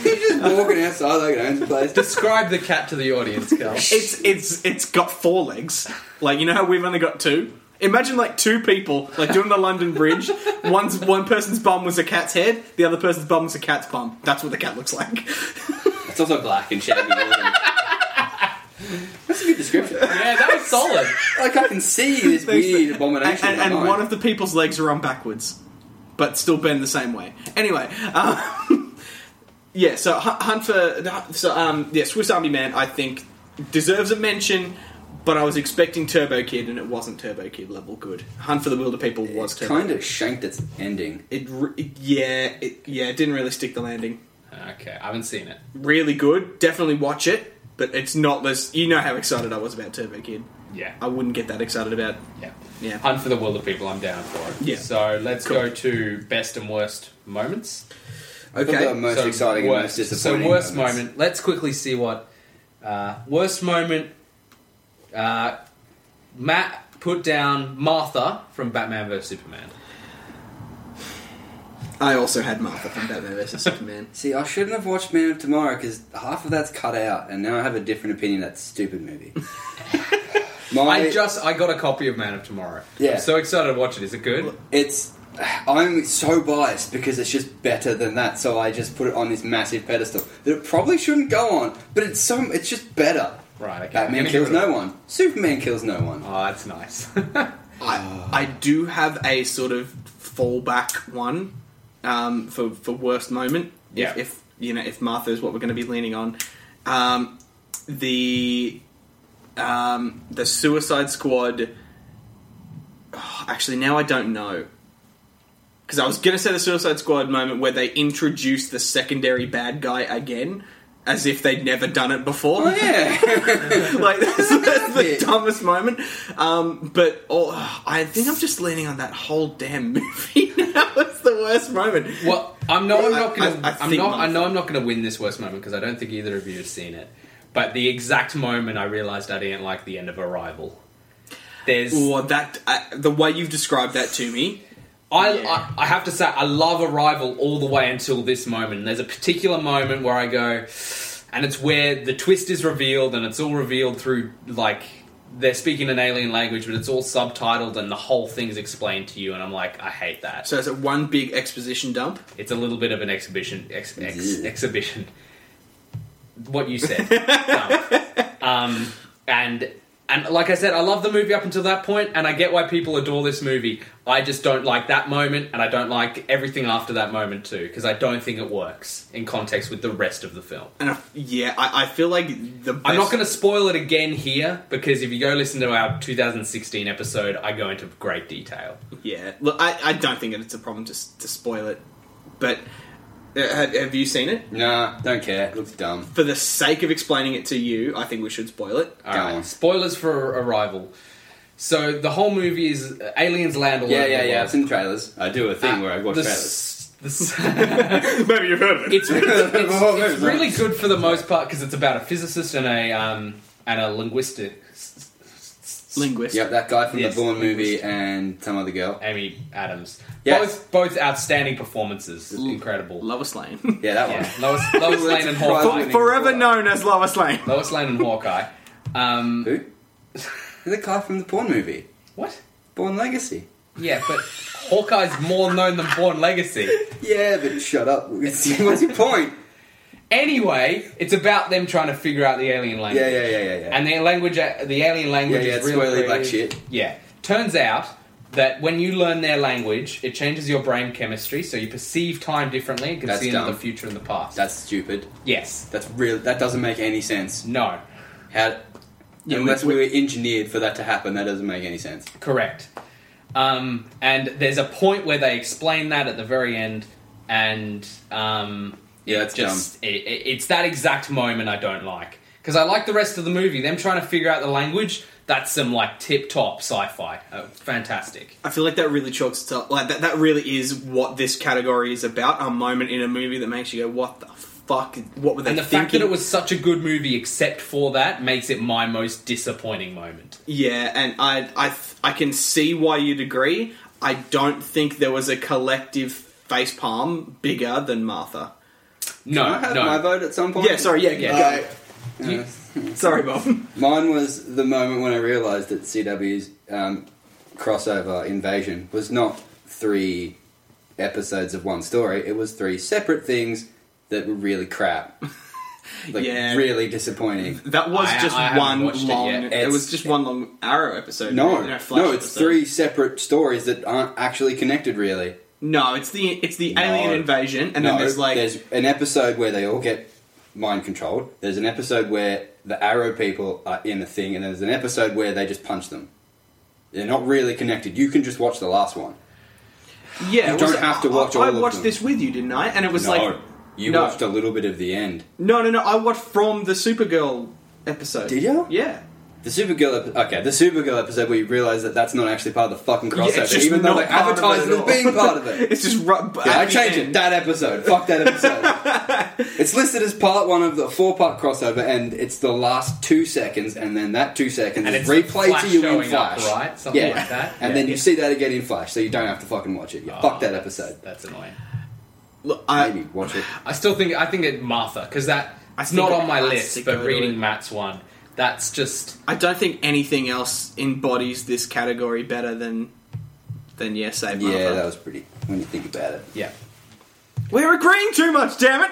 Just walking outside like an own place.
Describe the cat to the audience, Carl.
It's it's it's got four legs. Like you know how we've only got two. Imagine like two people like doing the London Bridge. One's one person's bum was a cat's head. The other person's bum was a cat's bum. That's what the cat looks like.
It's also black and shaggy. That's a good description.
yeah, that was solid.
Like I can see this weird abomination.
And, and, and one of the people's legs are on backwards, but still bend the same way. Anyway, um, yeah. So Hu- Hunt for so um, yeah, Swiss Army Man. I think deserves a mention, but I was expecting Turbo Kid, and it wasn't Turbo Kid level good. Hunt for the Wilder People was Turbo.
kind of shanked its ending.
It, re- it- yeah it, yeah it didn't really stick the landing.
Okay, I haven't seen it.
Really good. Definitely watch it. But it's not this. You know how excited I was about Turbo Kid.
Yeah.
I wouldn't get that excited about.
Yeah.
Oh. Yeah.
Hunt for the World of People, I'm down for it.
Yeah.
So let's
Cool.
go to best and worst moments.
Okay.
The most
so
exciting and most
worst.
disappointing.
So worst
moments.
moment. Let's quickly see what uh, worst moment. Uh, Matt put down Martha from Batman vs Superman.
I also had Martha from Batman vs Superman.
See, I shouldn't have watched Man of Tomorrow because half of that's cut out, and now I have a different opinion of that stupid movie. My,
I just I got a copy of Man of Tomorrow.
Yeah.
I'm so excited to watch it. Is it good?
it's I'm so biased because it's just better than that, so I just put it on this massive pedestal that it probably shouldn't go on, but it's so it's just better.
Right. Okay.
Batman
I'm gonna
kills
give it a-
no one. Superman kills no one.
Oh, that's nice.
I, I do have a sort of fallback one um, for for worst moment. If-
Yeah.
If, you know if Martha is what we're going to be leaning on, um, the um, the Suicide Squad. Oh, actually, now I don't know. Because I was going to say the Suicide Squad moment where they introduce the secondary bad guy again, as if they'd never done it before.
Oh yeah.
like that's, that's the
it.
dumbest moment. Um, but oh, I think I'm just leaning on that whole damn movie now. It's the worst moment.
Well, I'm no, I'm not
I-
gonna.
I- I
I, am
think
not. I
mine-
know I'm not gonna win this worst moment because I don't think either of you have seen it. But the exact moment I realised I didn't like the end of Arrival. There's,
Well, that uh, the way you've described that to me.
I,
yeah.
I, I have to say, I love Arrival all the way until this moment. There's a particular moment where I go, and it's where the twist is revealed, and it's all revealed through like they're speaking an alien language, but it's all subtitled, and the whole thing's explained to you. And I'm like, I hate that.
So it's a one big exposition dump.
It's a little bit of an exhibition. Ex, ex,
Yeah.
exhibition. What you said. No. um, and and like I said, I love the movie up until that point, and I get why people adore this movie. I just don't like that moment, and I don't like everything after that moment too, because I don't think it works in context with the rest of the film.
And I, yeah, I, I feel like the. Best,
I'm not going to spoil it again here because if you go listen to our 2016 episode, I go into great detail.
Yeah, look, I, I don't think that it's a problem to s- to spoil it, but. uh, Have have you seen it?
nah, don't care. Looks dumb.
For the sake of explaining it to you, I think we should spoil it.
All
Go
right.
on.
Spoilers for Arrival. So the whole movie is uh, aliens land all
Yeah,
over
yeah,
the
yeah.
world.
It's in trailers. Ah, I do a thing where I watch
The
trailers.
s- the s-
Maybe you've heard of it.
it's, it's,
Well,
it's
it's
really
not.
good for the most part because it's about a physicist and a um, and a linguistic.
Linguist.
Yep, that guy from
Yes.
the Bourne movie and some other girl.
Amy Adams.
Yes.
Both both outstanding performances. Incredible.
Lois Lane.
Yeah, that
Yeah.
one.
Lois, Lois Lane and
surprising.
Hawkeye.
Forever known as Lois Lane.
Lois Lane and Hawkeye. Um,
Who? the guy from the Bourne movie,
what?
Bourne Legacy.
Yeah, but Hawkeye's more known than Born Legacy.
Yeah, but shut up. What's your point?
Anyway, it's about them trying to figure out the alien language.
Yeah, yeah, yeah, yeah, yeah.
And uh, the language, the alien language
Yeah, yeah,
is really
spoilery black shit.
Yeah. Turns out that when you learn their language, it changes your brain chemistry, so you perceive time differently and can
That's
see into the
dumb.
future and the past.
That's stupid.
yes.
That's real. That doesn't make any sense.
No.
How?
Yeah,
unless
we-
we were engineered for that to happen, that doesn't make any sense.
Correct. Um, and there's a point where they explain that at the very end, and um,
Yeah, that's
just it, it- it's that exact moment I don't like because I like the rest of the movie. Them trying to figure out the language that's some like tip top sci-fi, uh, fantastic.
I feel like that really chalks to like that. That really is what this category is about: a moment in a movie that makes you go, "What the fuck? What were they
And the
thinking?"
fact that it was such a good movie, except for that, makes it my most disappointing moment.
yeah, and I, I, th- I can see why you'd agree. I don't think there was a collective face palm bigger than Martha.
No,
Can I have
no.
my vote at some point?
Yeah, sorry, yeah,
Yeah.
yeah.
Uh,
You-
sorry, Bob.
Mine was the moment when I realised that CW's um, crossover invasion was not three episodes of one story. It was three separate things that were really crap, like
Yeah.
really disappointing.
That was
I-
just
I haven't
one
watched it
long.
yet.
It,
It's-
was just one long Arrow episode.
No,
right? Flash
no, it's
episode.
three separate stories that aren't actually connected. Really,
No, it's the it's the
No.
alien invasion, and then
No,
there's like
there's an episode where they all get mind controlled. There's an episode where the arrow people are in a thing, and there's an episode where they just punch them. They're not really connected. You can just watch the last one.
yeah.
you
it was-
don't have to watch
I,
all
I
of
watched
them.
this with you, didn't I? And it was
no,
like
you
no.
watched a little bit of the end.
no, no, no. I watched from the Supergirl episode.
Did you?
Yeah.
The Supergirl, ep- okay, the Supergirl episode where you realise that that's not actually part of the fucking
Yeah,
crossover,
it's just
even though
not
they
part of it
advertise
at
it as
all.
being part of it.
It's just ru- b-
Yeah,
at
I
the
changed it.
end.
That episode. Fuck that episode. it's listed as part one of the four-part crossover, and it's the last two seconds, and then that two seconds
And it's
is replayed to
Flash
you in
showing up,
Flash,
right? Something
yeah.
like that.
And
Yeah.
then you see that again in Flash, so you don't have to fucking watch it. You
Oh,
fuck that
that's-
episode.
That's annoying.
Look,
Uh,
I,
Maybe watch it.
I still think I think it Martha because that
I
it's
think
not
it
on my
has to
list.
go
But
to
reading
it.
Matt's one, that's just
I don't think anything else embodies this category better than than yeah, save Martha.
Yeah, that was pretty. When you think about it,
yeah.
We're agreeing too much, damn it.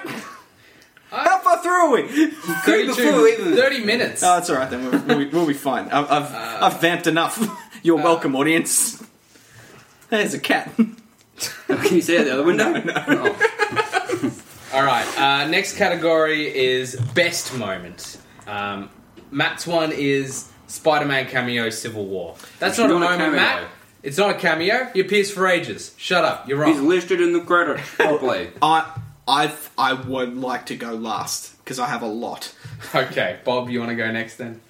How far through are we?
Could
32
before even-
Thirty minutes.
Oh, that's all right then. We'll, we'll, be, we'll be fine. I've, I've, I've vamped enough. You're welcome, audience. There's a cat.
can you see out the other window?
All right. Uh, next category is best moment. Um, Matt's one is Spider-Man cameo Civil War. That's
It's
not, a
not a
moment,
cameo.
Matt. It's not a cameo. He appears for ages. Shut up. You're
Oh, He's
wrong.
listed in the credits.
Oh.
Probably.
I I I would like to go last because I have a lot.
okay, Bob. You want to go next then?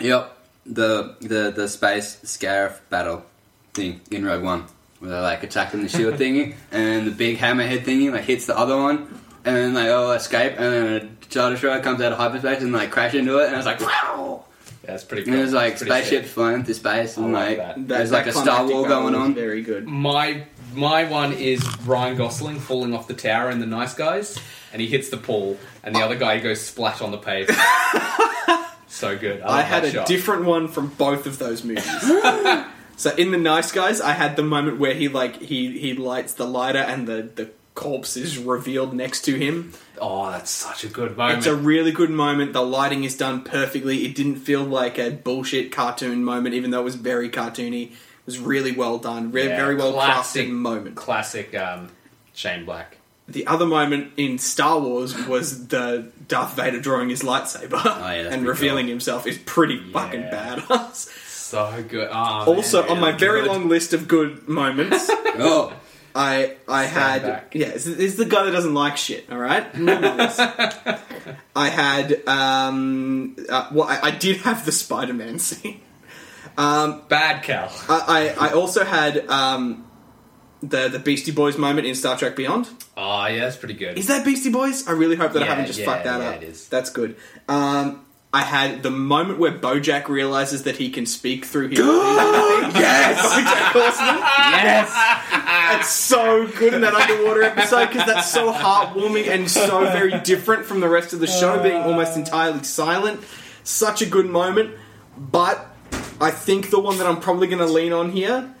Yep. The the the space scarif battle thing in Rogue One. Where they're like attacking the shield thingy and the big hammerhead thingy like hits the other one and then they all escape and then a star destroyer comes out of hyperspace and like crash into it and it's like wow
Yeah, that's pretty. Cool.
and there's like
That's pretty
spaceships flying through space and
I like
like
that.
That-
there's
that
like a star
climactic
war
battle
going
was
on. Mm.
Very good.
My my one is Ryan Gosling falling off the tower in The Nice Guys, and he hits the pool, and the other guy goes splat on the pavement. so good. I, love
I had
that
a
shot.
different one from both of those movies. so in the Nice Guys, I had the moment where he like he he lights the lighter and the the corpse is revealed next to him.
Oh, that's such a good moment.
It's a really good moment. The lighting is done perfectly. It didn't feel like a bullshit cartoon moment, even though it was very cartoony. It was really well done. Re-
Yeah,
very well
classic-
crafted moment.
classic um, Shane Black.
The other moment in Star Wars was the Darth Vader drawing his lightsaber
yeah, that's
and
pretty
revealing
cool.
himself is pretty fucking
Yeah.
badass.
So good. Ah, man,
Also, on
yeah,
my very
good.
long list of good moments,
oh,
I I had
back.
yeah, this is the guy that doesn't like shit. All right, Remember this. I had um, uh, well, I, I did have the Spider Man scene.
bad Cal.
I, I I also had um, the the Beastie Boys moment in Star Trek Beyond.
Ah, yeah, that's pretty good.
Is that Beastie Boys? I really hope that I
Yeah,
haven't just
yeah,
fucked that
yeah,
up.
it is.
That's good. Um, I had the moment where Bojack realizes that he can speak through his.
yes,
Bojack Horseman.
yes.
That's so good in that underwater episode because that's so heartwarming and so very different from the rest of the show, being almost entirely silent. Such a good moment. But I think the one that I'm probably going to lean on here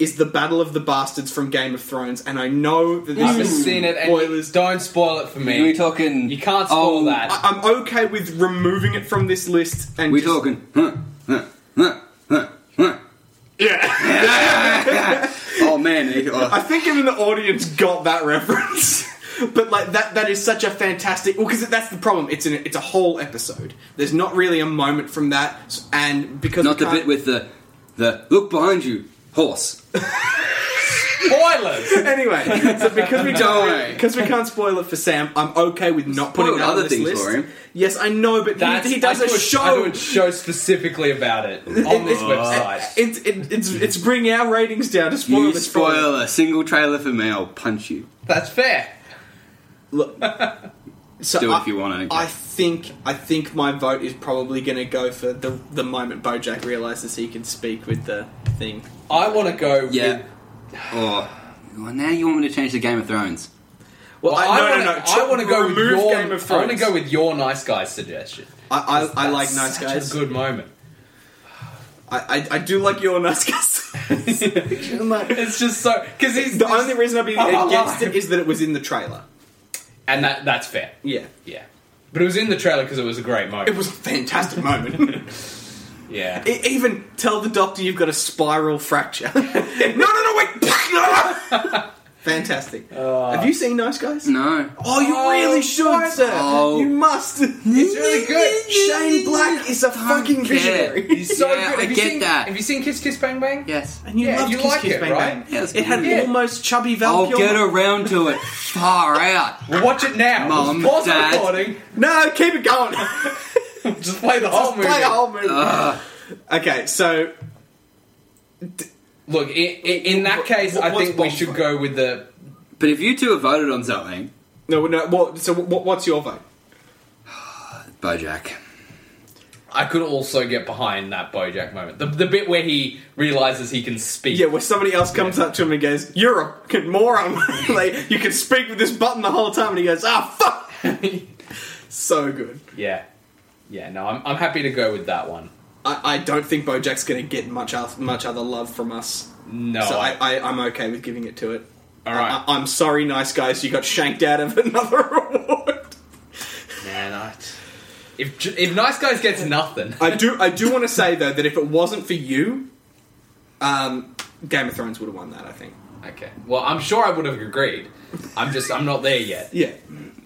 is the Battle of the Bastards from Game of Thrones, and I know that
I
this
haven't
is
seen it. And
spoilers.
Don't spoil it for me.
we talking?
You can't spoil
oh,
that.
I- I'm okay with removing it from this list. And
We
just-
talking? Huh, huh, huh, huh, huh.
Yeah.
Oh,
I think even the audience got that reference. but like that that is such a fantastic well because that's the problem it's an it's a whole episode there's not really a moment from that s- and because
Not
we
the
can't-
bit with the the look behind you horse.
Spoilers!
anyway so because we
Don't
don't
worry.
because we can't spoil it for Sam I'm okay with not putting
Spoiled
that on
other
this
things
list.
for him.
yes I know but
That's,
he, he does
I
a
do
show
I do a show specifically about it on this
it's-
website.
It's it, it's it's bringing our ratings down to spoil
You
this
spoil a single trailer for me, I'll punch you.
That's fair.
Look, so
Do it
I,
if you want to.
I think I think my vote is probably going to go for the the moment BoJack realizes he can speak with the thing.
I want to go.
Yeah.
With,
Or well, now you want me to change the Game of Thrones?
Well,
I,
I, no,
wanna,
no, no.
I want to go with
Remove
your.
Game of
I want to
Thrones.
go with your nice guys suggestion.
I, I, I
That's
like nice
such
guys.
A good moment.
I, I I do like your nice guys. I'm like-
It's just so because he's
the
just-
only reason I'd be
I'm
against
alive.
it is that it was in the trailer.
and that that's fair.
Yeah,
Yeah, but it was in the trailer because it was a great moment.
it was a fantastic moment.
yeah.
E- even tell the doctor you've got a spiral fracture. no, no, no, wait. Fantastic.
Uh,
Have you seen Nice Guys?
No.
Oh, you
Oh,
really should,
what?
sir.
Oh.
You must.
It's really good.
Shane Black is a fucking
care.
visionary.
He's so
Yeah,
good.
I
Have you
get
seen,
that.
Have you seen Kiss Kiss Bang Bang?
Yes.
And you
Yeah,
loved
you
Kiss
like
Kiss
it,
Bang
right?
Bang.
Yeah, it's
it had
good.
almost chubby Val
I'll
Kilmer.
get around to it. Far out.
Well, watch it now.
Mum,
Pause the
Dad.
recording.
No, keep it going.
Just play the whole movie.
Play a whole movie. Uh,
Ugh.
Okay, so
Look, i i in that
What-
case,
what-
I think we
what's
should
Bonfire?
go with the.
But if you two have voted on something,
no, no. What, so what, what's your vote?
BoJack.
I could also get behind that BoJack moment, the, the bit where he realizes he can speak.
Yeah, where somebody else comes up to him and goes, "You're a fucking moron. like you can speak with this button the whole time," and he goes, "Ah, fuck." so good.
yeah, yeah. No, I'm, I'm happy to go with that one.
I, I don't think BoJack's going to get much oth- much other love from us.
No,
so I,
Oh, I-
I, I'm okay with giving it to it.
all right,
I, am sorry, nice guys, you got shanked out of another award.
man. I, if J- if nice guys gets nothing,
I do I do want to say though that if it wasn't for you, um, Game of Thrones would have won that. I think.
okay. Well, I'm sure I would have agreed. I'm just I'm not there yet.
Yeah,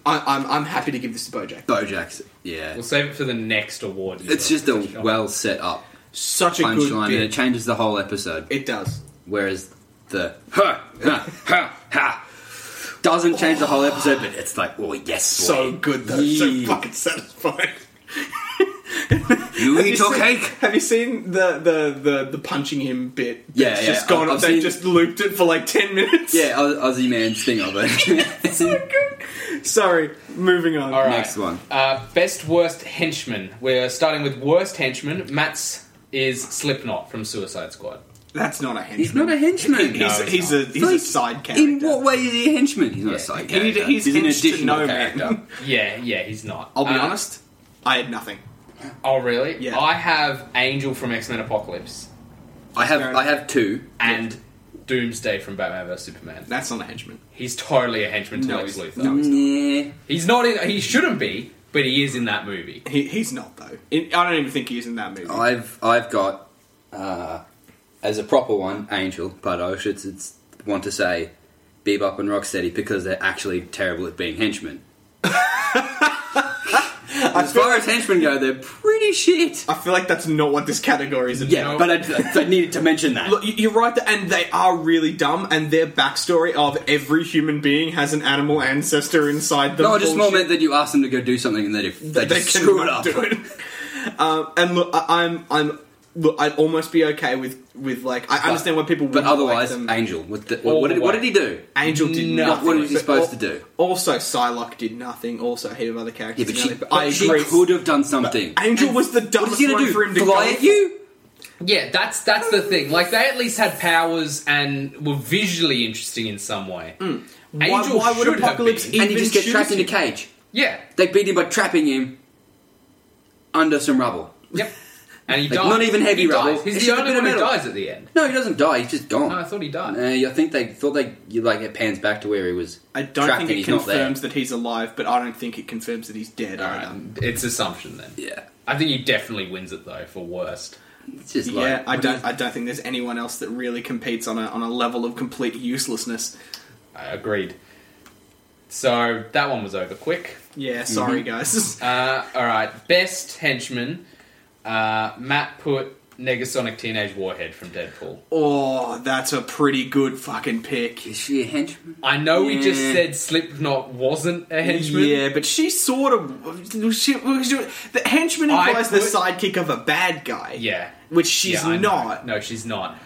I, I'm I'm happy to give this to BoJack.
BoJack's. Yeah.
We'll save it for the next award.
It's just a well set up
Such a
punchline, and
good
it
bit.
changes the whole episode.
It does.
Whereas the ha ha ha ha doesn't change the whole episode, but it's like, oh yes, boy.
So good though.
Yeah.
So fucking satisfying.
you
Have
eat your
seen-
cake.
Have you seen the the the, the punching him bit?
Yeah,
That's
yeah,
Just gone.
I've- I've
they
seen-
just looped it for like ten minutes.
Yeah, Oz- Aussie man's thing of it.
Sorry. Moving on.
All right.
Next one.
Uh, best worst henchman. We're starting with worst henchman. Matt's is Slipknot from Suicide Squad.
That's not a henchman.
He's not a henchman.
No,
He's,
he's
he's a he's a
Like,
side character.
In what way is he a henchman? He's not
Yeah.
a side
He need-
character.
he's
an
hench to
additional
no man.
character.
Yeah, yeah, he's not.
I'll be
Uh,
honest. I had nothing.
Oh, really?
Yeah.
I have Angel from X Men Apocalypse
I have
Fair
I have two.
and Doomsday from Batman vs Superman.
That's not a henchman.
He's totally a henchman to
No,
Lex
he's-
Luthor.
no.
Nah.
He's not in. He shouldn't be, but he is in that movie.
He, he's not though. In, I don't even think he's in that movie.
I've I've got uh, as a proper one Angel, but I should s- want to say Bebop and Rocksteady because they're actually terrible at being henchmen. as far as henchmen go, they're pretty shit.
I feel like that's not what this category is.
Yeah,
No.
but I, I needed to mention that.
Look, you- you're right, that- and they are really dumb. And their backstory of every human being has an animal ancestor inside them.
no, I just more
bullshit.
meant that you asked them to go do something and they, they,
they
just screw it
cannot
up.
do it. Um, and look, I, I'm, I'm, look, I'd almost be okay with, with like, I understand why people.
But
wouldn't
otherwise,
like them.
Angel. What, the,
All
what,
the
did, what
way.
did he do?
Angel did
No.
nothing.
What was he
But
supposed
al-
to do?
Also, Psylocke did nothing. Also, a heap of other characters.
Yeah, but
did
she,
nothing. But I
but she
agree.
could have done something.
Angel
And
was the
what is
dumbest
he
one
gonna do?
for him to
Fly
go
at you?
Yeah, that's that's the thing. Like they at least had powers and were visually interesting in some way.
Hmm.
Why-
Angel
why would
should
Apocalypse
have been.
eat-
and he
Even
just gets trapped in
shoots
a cage.
Yeah.
They beat him by trapping him under some rubble.
Yep. And he
Like,
dies.
not even heavy
he dies.
rubble.
He's
It's
the
just a
only
bit of
one who
metal.
dies at the end.
No, he doesn't die. He's just gone.
No, I thought he died.
Uh, I think they thought they you, like it pans back to where he was.
I don't
trapped
think
and
it
he's not there.
confirms that he's alive, but I don't think it confirms that he's dead
All
either.
right, it's assumption then.
Yeah,
I think he definitely wins it though for worst.
It's just like
yeah, I don't. I don't think there's anyone else that really competes on a on a level of complete uselessness.
I Uh, agreed. So that one was over quick.
Yeah,
Mm-hmm.
sorry guys.
Uh, all right, best henchman. Uh, Matt put Negasonic Teenage Warhead from Deadpool.
Oh, that's a pretty good fucking pick.
Is she a henchman?
I know we just
Yeah.
said Slipknot wasn't a henchman.
Yeah, but she sort of she, the henchman
I
implies the
put-
sidekick of a bad guy.
Yeah.
which she's
Yeah, I know.
not.
No, she's not.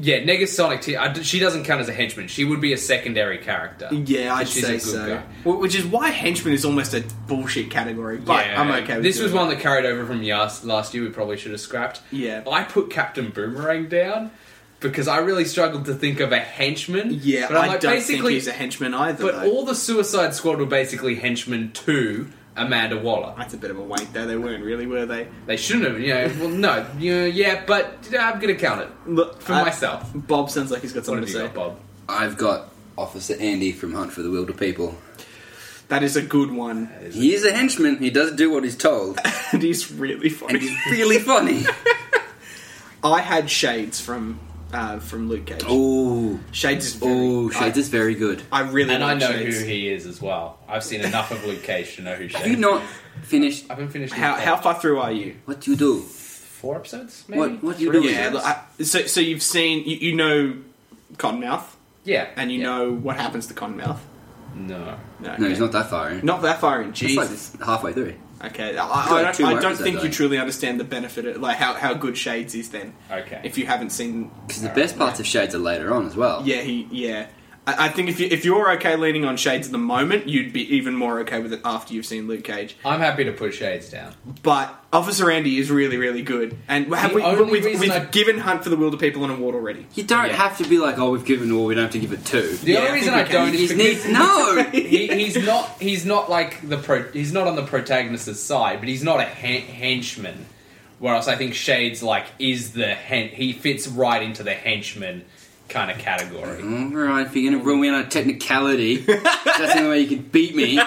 Yeah, Negasonic. T- I d- she doesn't count as a henchman. She would be a secondary character.
Yeah, I'd
She's a
say
good
so.
guy.
Wh- Which is why henchman is almost a bullshit category. But
Yeah,
I'm okay. with
This
doing
was
that.
one that carried over from yas- last year. We probably should have scrapped.
Yeah.
I put Captain Boomerang down because I really struggled to think of a henchman.
Yeah,
but I'm
I
like,
don't think
basically,
he's a henchman either.
but
though.
all the Suicide Squad were basically henchmen to Amanda Waller.
that's a bit of a wank though. They weren't really, were they?
They shouldn't have. You know, well, no, you know, yeah, but uh, I'm gonna count it
Look
for
I-
myself.
Bob sounds like he's got
What
something
have
to
you
say.
got, Bob?
I've got Officer Andy from Hunt for the Wilder People.
That is a good one.
He is a henchman. He does do what he's told,
and he's really
and
funny.
he's really funny.
I had Shades from uh, from Luke Cage.
Oh,
Shades is very,
oh, Shades
I,
is very good.
I really
And I
like
know
Shades.
who he is as well. I've seen enough of Luke Cage to know who.
Have you not finished?
I haven't finished.
How
Luke
how
Cage.
far through are you?
What do you do?
four episodes? Maybe.
What What do you
Three?
do? with
Yeah,
it?
look, I, so so you've seen you, you know Cottonmouth
Yeah,
and you
yeah.
know what happens to Cottonmouth.
No.
No,
no,
okay.
he's not that far in.
Not that far in.
It's like
Jesus.
halfway through.
okay, I, I,
like two
don't, I
more
don't think
episodes,
you
though.
truly understand the benefit of like how, how good Shades is then.
Okay.
If you haven't seen,
Because the best parts of Shades are later on as well.
yeah, he yeah. I, I think if you if you're okay leaning on Shades at the moment, you'd be even more okay with it after you've seen Luke Cage.
I'm happy to put Shades down.
But Officer Andy is really, really good. And have
The
we,
only
we've,
reason
we've
I-
given Hunt for the Wilder People an award already.
You don't
Yeah.
have to be like, oh, we've given all, we don't have to give it two.
The
Yeah, I
only reason I
think we can.
don't
You
is
just need
because
no.
he, he's not he's not like the pro, he's not on the protagonist's side, but he's not a hen- henchman. Whereas I think Shades like is the hen- he fits right into the henchman kind of category.
all right, if you're gonna rule me on a technicality, that's the only way you can beat me,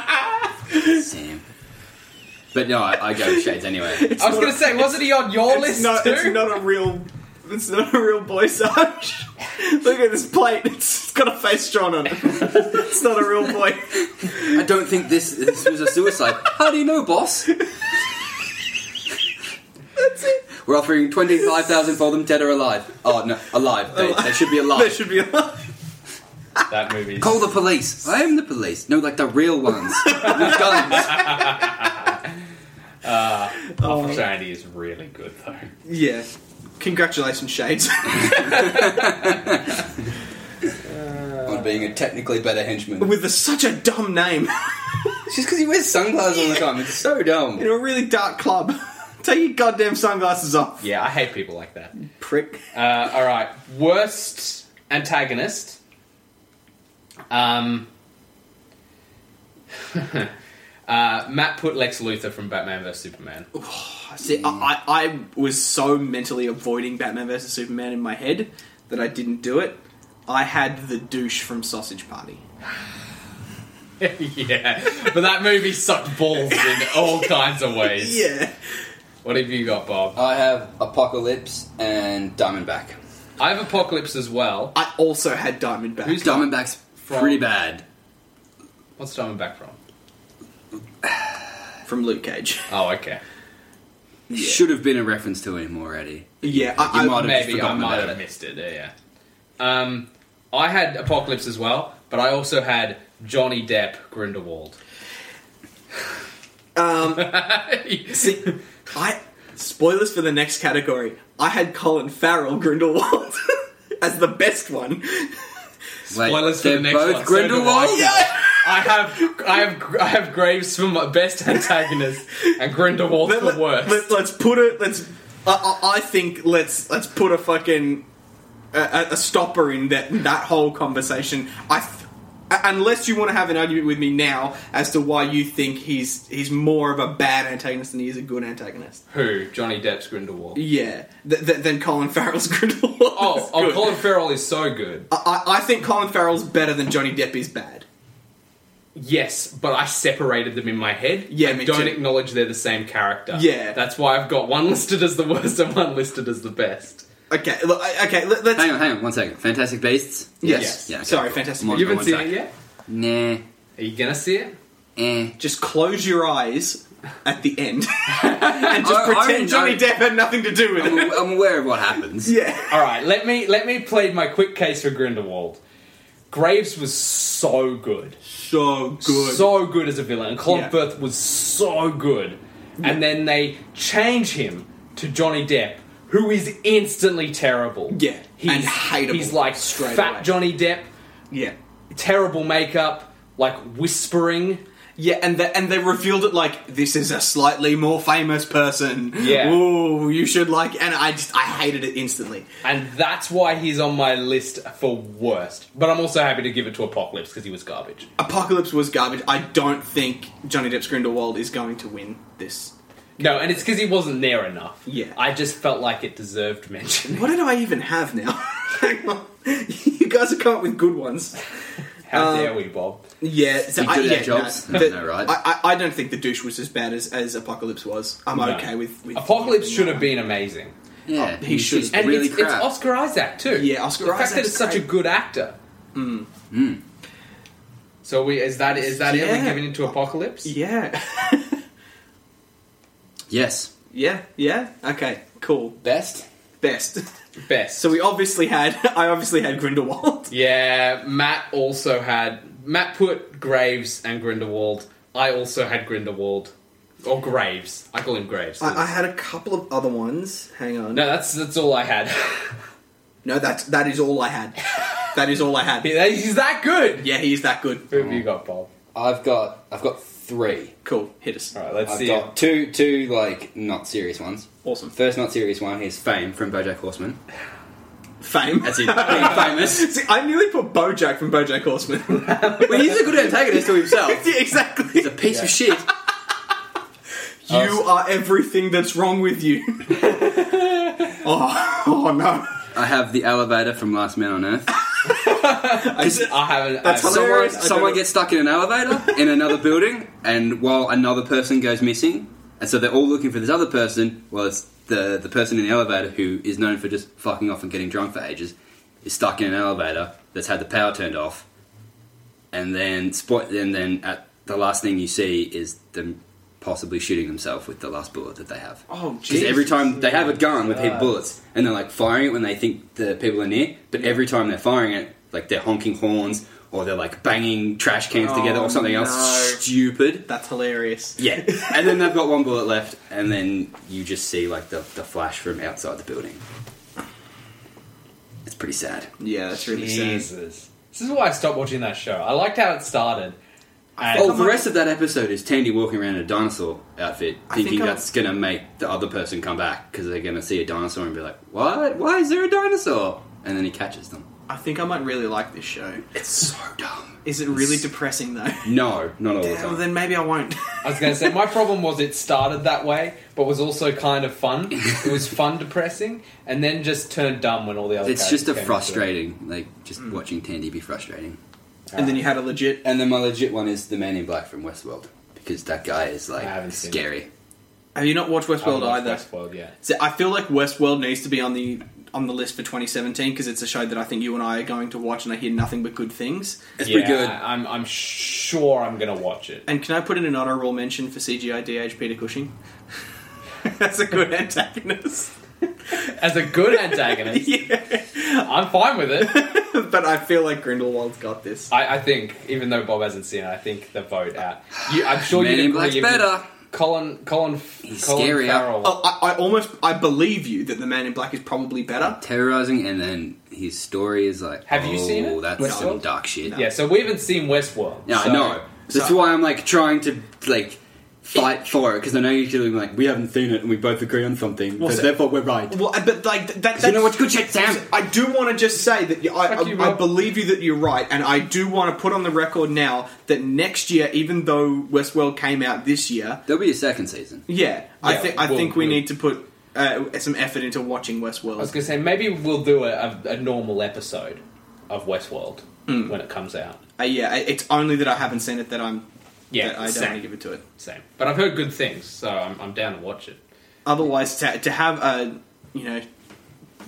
Sam. But no, I, I go with Shades anyway.
I was gonna say, wasn't he on your
It's
list
not,
too?
it's not a real. It's not a real boy Sarge. Look at this plate. It's got a face drawn on it. It's not a real boy.
I don't think this this was a suicide. How do you know, boss?
That's it.
We're offering twenty five thousand for them, dead or alive. Oh no, alive. They, they should be
There
alive.
should be a
that movie.
Call the police. I am the police. No, like the real ones with guns.
Officer Andy is really good though.
Oh, Yeah. Congratulations, Shades.
On being a technically better henchman.
With a, such a dumb name.
It's just because he wears sunglasses all the time. It's so dumb.
In a really dark club. Take your goddamn sunglasses off,
Yeah, I hate people like that.
prick.
Uh, all right, worst antagonist. Um, uh, Matt put Lex Luthor from Batman vs Superman.
Oh, See, I, I, I was so mentally avoiding Batman vs Superman in my head that I didn't do it. I had the douche from Sausage Party.
yeah, but that movie sucked balls in all kinds of ways.
Yeah.
What have you got, Bob?
I have Apocalypse and Diamondback.
I have Apocalypse as well.
I also had Diamondback.
Who's-
Diamondback's
From-
pretty bad.
What's Diamondback from?
from Luke Cage.
Oh, okay.
Should have been a reference to him already.
Yeah, I,
You
I,
might have-
Maybe I
forgotten
might
about
have
it.
missed it. Yeah. yeah. Um, I had Apocalypse as well, but I also had Johnny Depp Grindelwald.
um,
See,
I spoilers for the next category. I had Colin Farrell Grindelwald as the best one.
Wait,
Spoilers for the
they're
next
both
one, so do
Grindelwald.
I.
Yeah,
I have I have I have Graves for my best antagonist and Grindelwald
let,
for worst.
us put it. Let's. I, I, I think let's let's put a fucking a- a, a stopper in that that whole conversation. I. Th- Unless you want to have an argument with me now as to why you think he's he's more of a bad antagonist than he is a good antagonist,
Who Johnny Depp's Grindelwald?
yeah, th- th- than Colin Farrell's Grindelwald.
Oh,
That's
oh,
good.
Colin Farrell is so good.
I, I I think Colin Farrell's better than Johnny Depp is bad.
Yes, but I separated them in my head.
Yeah,
I
me
don't
too.
acknowledge they're the same character.
Yeah.
that's why I've got one listed as the worst and one listed as the best.
Okay, look, I- okay, let, us
Hang on, hang on, one second. Fantastic Beasts?
Yes.
Yeah, okay,
Sorry,
cool.
Fantastic
I'm on-
Beasts.
You
I'm
haven't
on
seen
track.
it yet.
Nah.
Are you gonna see it?
Eh.
Just close your eyes at the end and just
I- I
pretend Johnny
know-
Depp had nothing to do with
I'm,
it.
aw- I'm aware of what happens.
Yeah.
All right, let me let me plead my quick case for Grindelwald. Graves was so good,
So good.
so good as a villain, and Colin
Yeah.
Firth was so good. And then they change him to Johnny Depp, who is instantly terrible.
Yeah, and hateable
He's like
straight
fat
away.
Johnny Depp,
yeah.
terrible makeup, like whispering.
Yeah, and they, and they revealed it like this is a slightly more famous person.
Yeah.
Ooh, you should like. And I just I hated it instantly.
And that's why he's on my list for worst. But I'm also happy to give it to Apocalypse because he was garbage.
Apocalypse was garbage. I don't think Johnny Depp's Grindelwald is going to win this.
No, and it's because he wasn't there enough.
Yeah.
I just felt like it deserved mention.
What did I even have now? Hang on. you guys have come up with good ones.
How
Um,
dare we, Bob?
Yeah, so
We
I,
do
yeah,
their jobs.
no,
No,
the-
no, right.
I, I, I don't think the douche was as bad as, as Apocalypse was. I'm
No.
okay with, with
Apocalypse should have been amazing.
Yeah.
he should.
he's
Oh, And
really
it's, it's
crap.
Oscar Isaac too.
Yeah, Oscar
the fact that
Isaac's
it's such a
great. Hmm.
good actor. So we is that is that it?
Yeah.
We're giving it to Apocalypse.
Yeah,
yes.
yeah, yeah. Okay, cool.
Best?
Best.
Best.
So we obviously had. I obviously had Grindelwald.
Yeah, Matt also had Matt put Graves and Grindelwald. I also had Grindelwald or Graves. I call him Graves.
I, I had a couple of other ones. Hang on.
no, that's that's all I had.
no, that's that is all I had. that is all I had.
He's that good.
Yeah, he's that good.
Who have you got, Bob?
I've got I've got three.
Cool. Hit us.
All right, let's
I've
see.
got two two like not serious ones.
Awesome.
First not serious one is Fame from BoJack Horseman.
Fame.
That's it. Being famous.
See, I nearly put BoJack from BoJack Horseman.
Well, he's a good antagonist to himself.
yeah, exactly.
He's a piece of shit.
You are everything that's wrong with you. oh, oh no.
I have the elevator from Last Man on Earth.
I s-
I haven't.
That's
I haven't-
Someone,
Hilarious. I don't
someone
know.
gets stuck in an elevator in another building, and while another person goes missing, and so they're all looking for this other person. Well, it's the the person in the elevator who is known for just fucking off and getting drunk for ages is stuck in an elevator that's had the power turned off, and then spot. And then at the last thing you see is them possibly shooting themselves with the last bullet that they have.
Oh,
Because
jeez.
every time they have a gun with heavy
God.
bullets, and they're like firing it when they think the people are near, but every time they're firing it, like they're honking horns or they're like banging trash cans together
Oh,
or something
no.
else stupid.
That's hilarious.
Yeah, and then they've got one bullet left, and then you just see like the, the flash from outside the building. It's pretty sad.
Yeah, that's really sad.
Jesus. This is why I stopped watching that show. I liked how it started. And
Oh, the rest of that episode is Tandy walking around in a dinosaur outfit,
I think
thinking
I-
that's gonna make the other person come back because they're gonna see a dinosaur and be like, "What? Why is there a dinosaur?" And then he catches them.
I think I might really like this show.
It's so dumb.
Is it really depressing though?
No, not all
Well,
the time.
then maybe I won't.
I was going to say my problem was it started that way, but was also kind of fun. It was fun, depressing, and then just turned dumb when all the other.
It's just
characters
a
came into it.
frustrating, like just
Hmm.
watching Tandy be frustrating.
and then you had a legit.
And then my legit one is the Man in Black from Westworld because that guy is
I
like
haven't seen
scary.
Have you not watched
I haven't
Westworld
watched
either?
Westworld yet.
See, I feel like Westworld needs to be on the on the list for 2017 because it's a show that I think you and I are going to watch, and I hear nothing but good things.
It's
yeah,
pretty good.
I, am I'm sure I'm gonna watch it.
And can I put in an honorable mention for CGI DH Peter Cushing? That's a good antagonist.
As a good antagonist,
yeah,
I'm fine with it.
but I feel like Grindelwald's got this.
I, I think, even though Bob hasn't seen it, I think the vote out. You, I'm sure
Man
you'd
in
agree.
Black's
if you-
better.
Colin, Colin,
He's
Colin
scarier.
Farrell.
Oh, I, I almost I believe you that the Man in Black is probably better.
Terrorizing, and then his story is like,
Have you
"Oh,
seen it?
That's
Westworld?
some dark shit.
Yeah, so we haven't seen Westworld.
Yeah,
so-
I know. That's
so-
why I'm like trying to like fight for it because I know you're feeling like we haven't seen it and we both agree on something,
Well,
so
so-
therefore we're right.
Well, I- but like th- that, that's
you know what's good shit, Sam?
I do want to just say that you- I,
Fuck you,
I, I
Rob.
believe you that you're right, and I do want to put on the record now that next year, even though Westworld came out this year,
There'll be a second season.
yeah, I
Yeah,
think I
we'll-
think we
we'll-
need to put uh, some effort into watching
I was
Westworld. Hmm.
going to say maybe we'll do a, a, a normal episode of Westworld when it comes out.
uh, yeah, it- it's only that I haven't seen it that I'm.
Yeah,
that I don't want to
same.
give it to it.
Same. But I've heard good things, so I'm, I'm down to watch it.
Otherwise, to, to have uh, you know,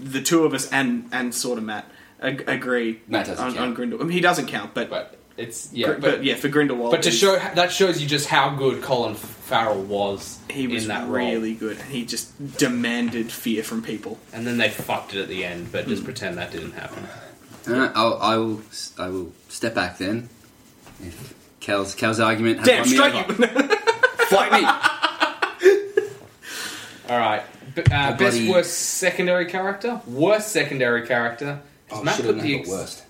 the two of us and and sort of Matt ag- agree
Matt doesn't
on,
count.
on Grindel. I mean, he doesn't count, but
But it's yeah,
Gr-
but,
but, yeah, for Grindelwald,
but to
it's-
show that shows you just how good Colin Farrell was.
he was
in that role.
really good, and he just demanded fear from people.
And then they fucked it at the end, but just
Hmm.
pretend that didn't happen.
No, no, I'll, I will. s- I will step back then. If Kel's Kel's argument has
Damn
won me
straight!
over.
You.
fight me.
All right. B- uh,
A
best
bloody-
worst secondary character. Worst secondary character.
Oh,
Oh,
Matt put the ex-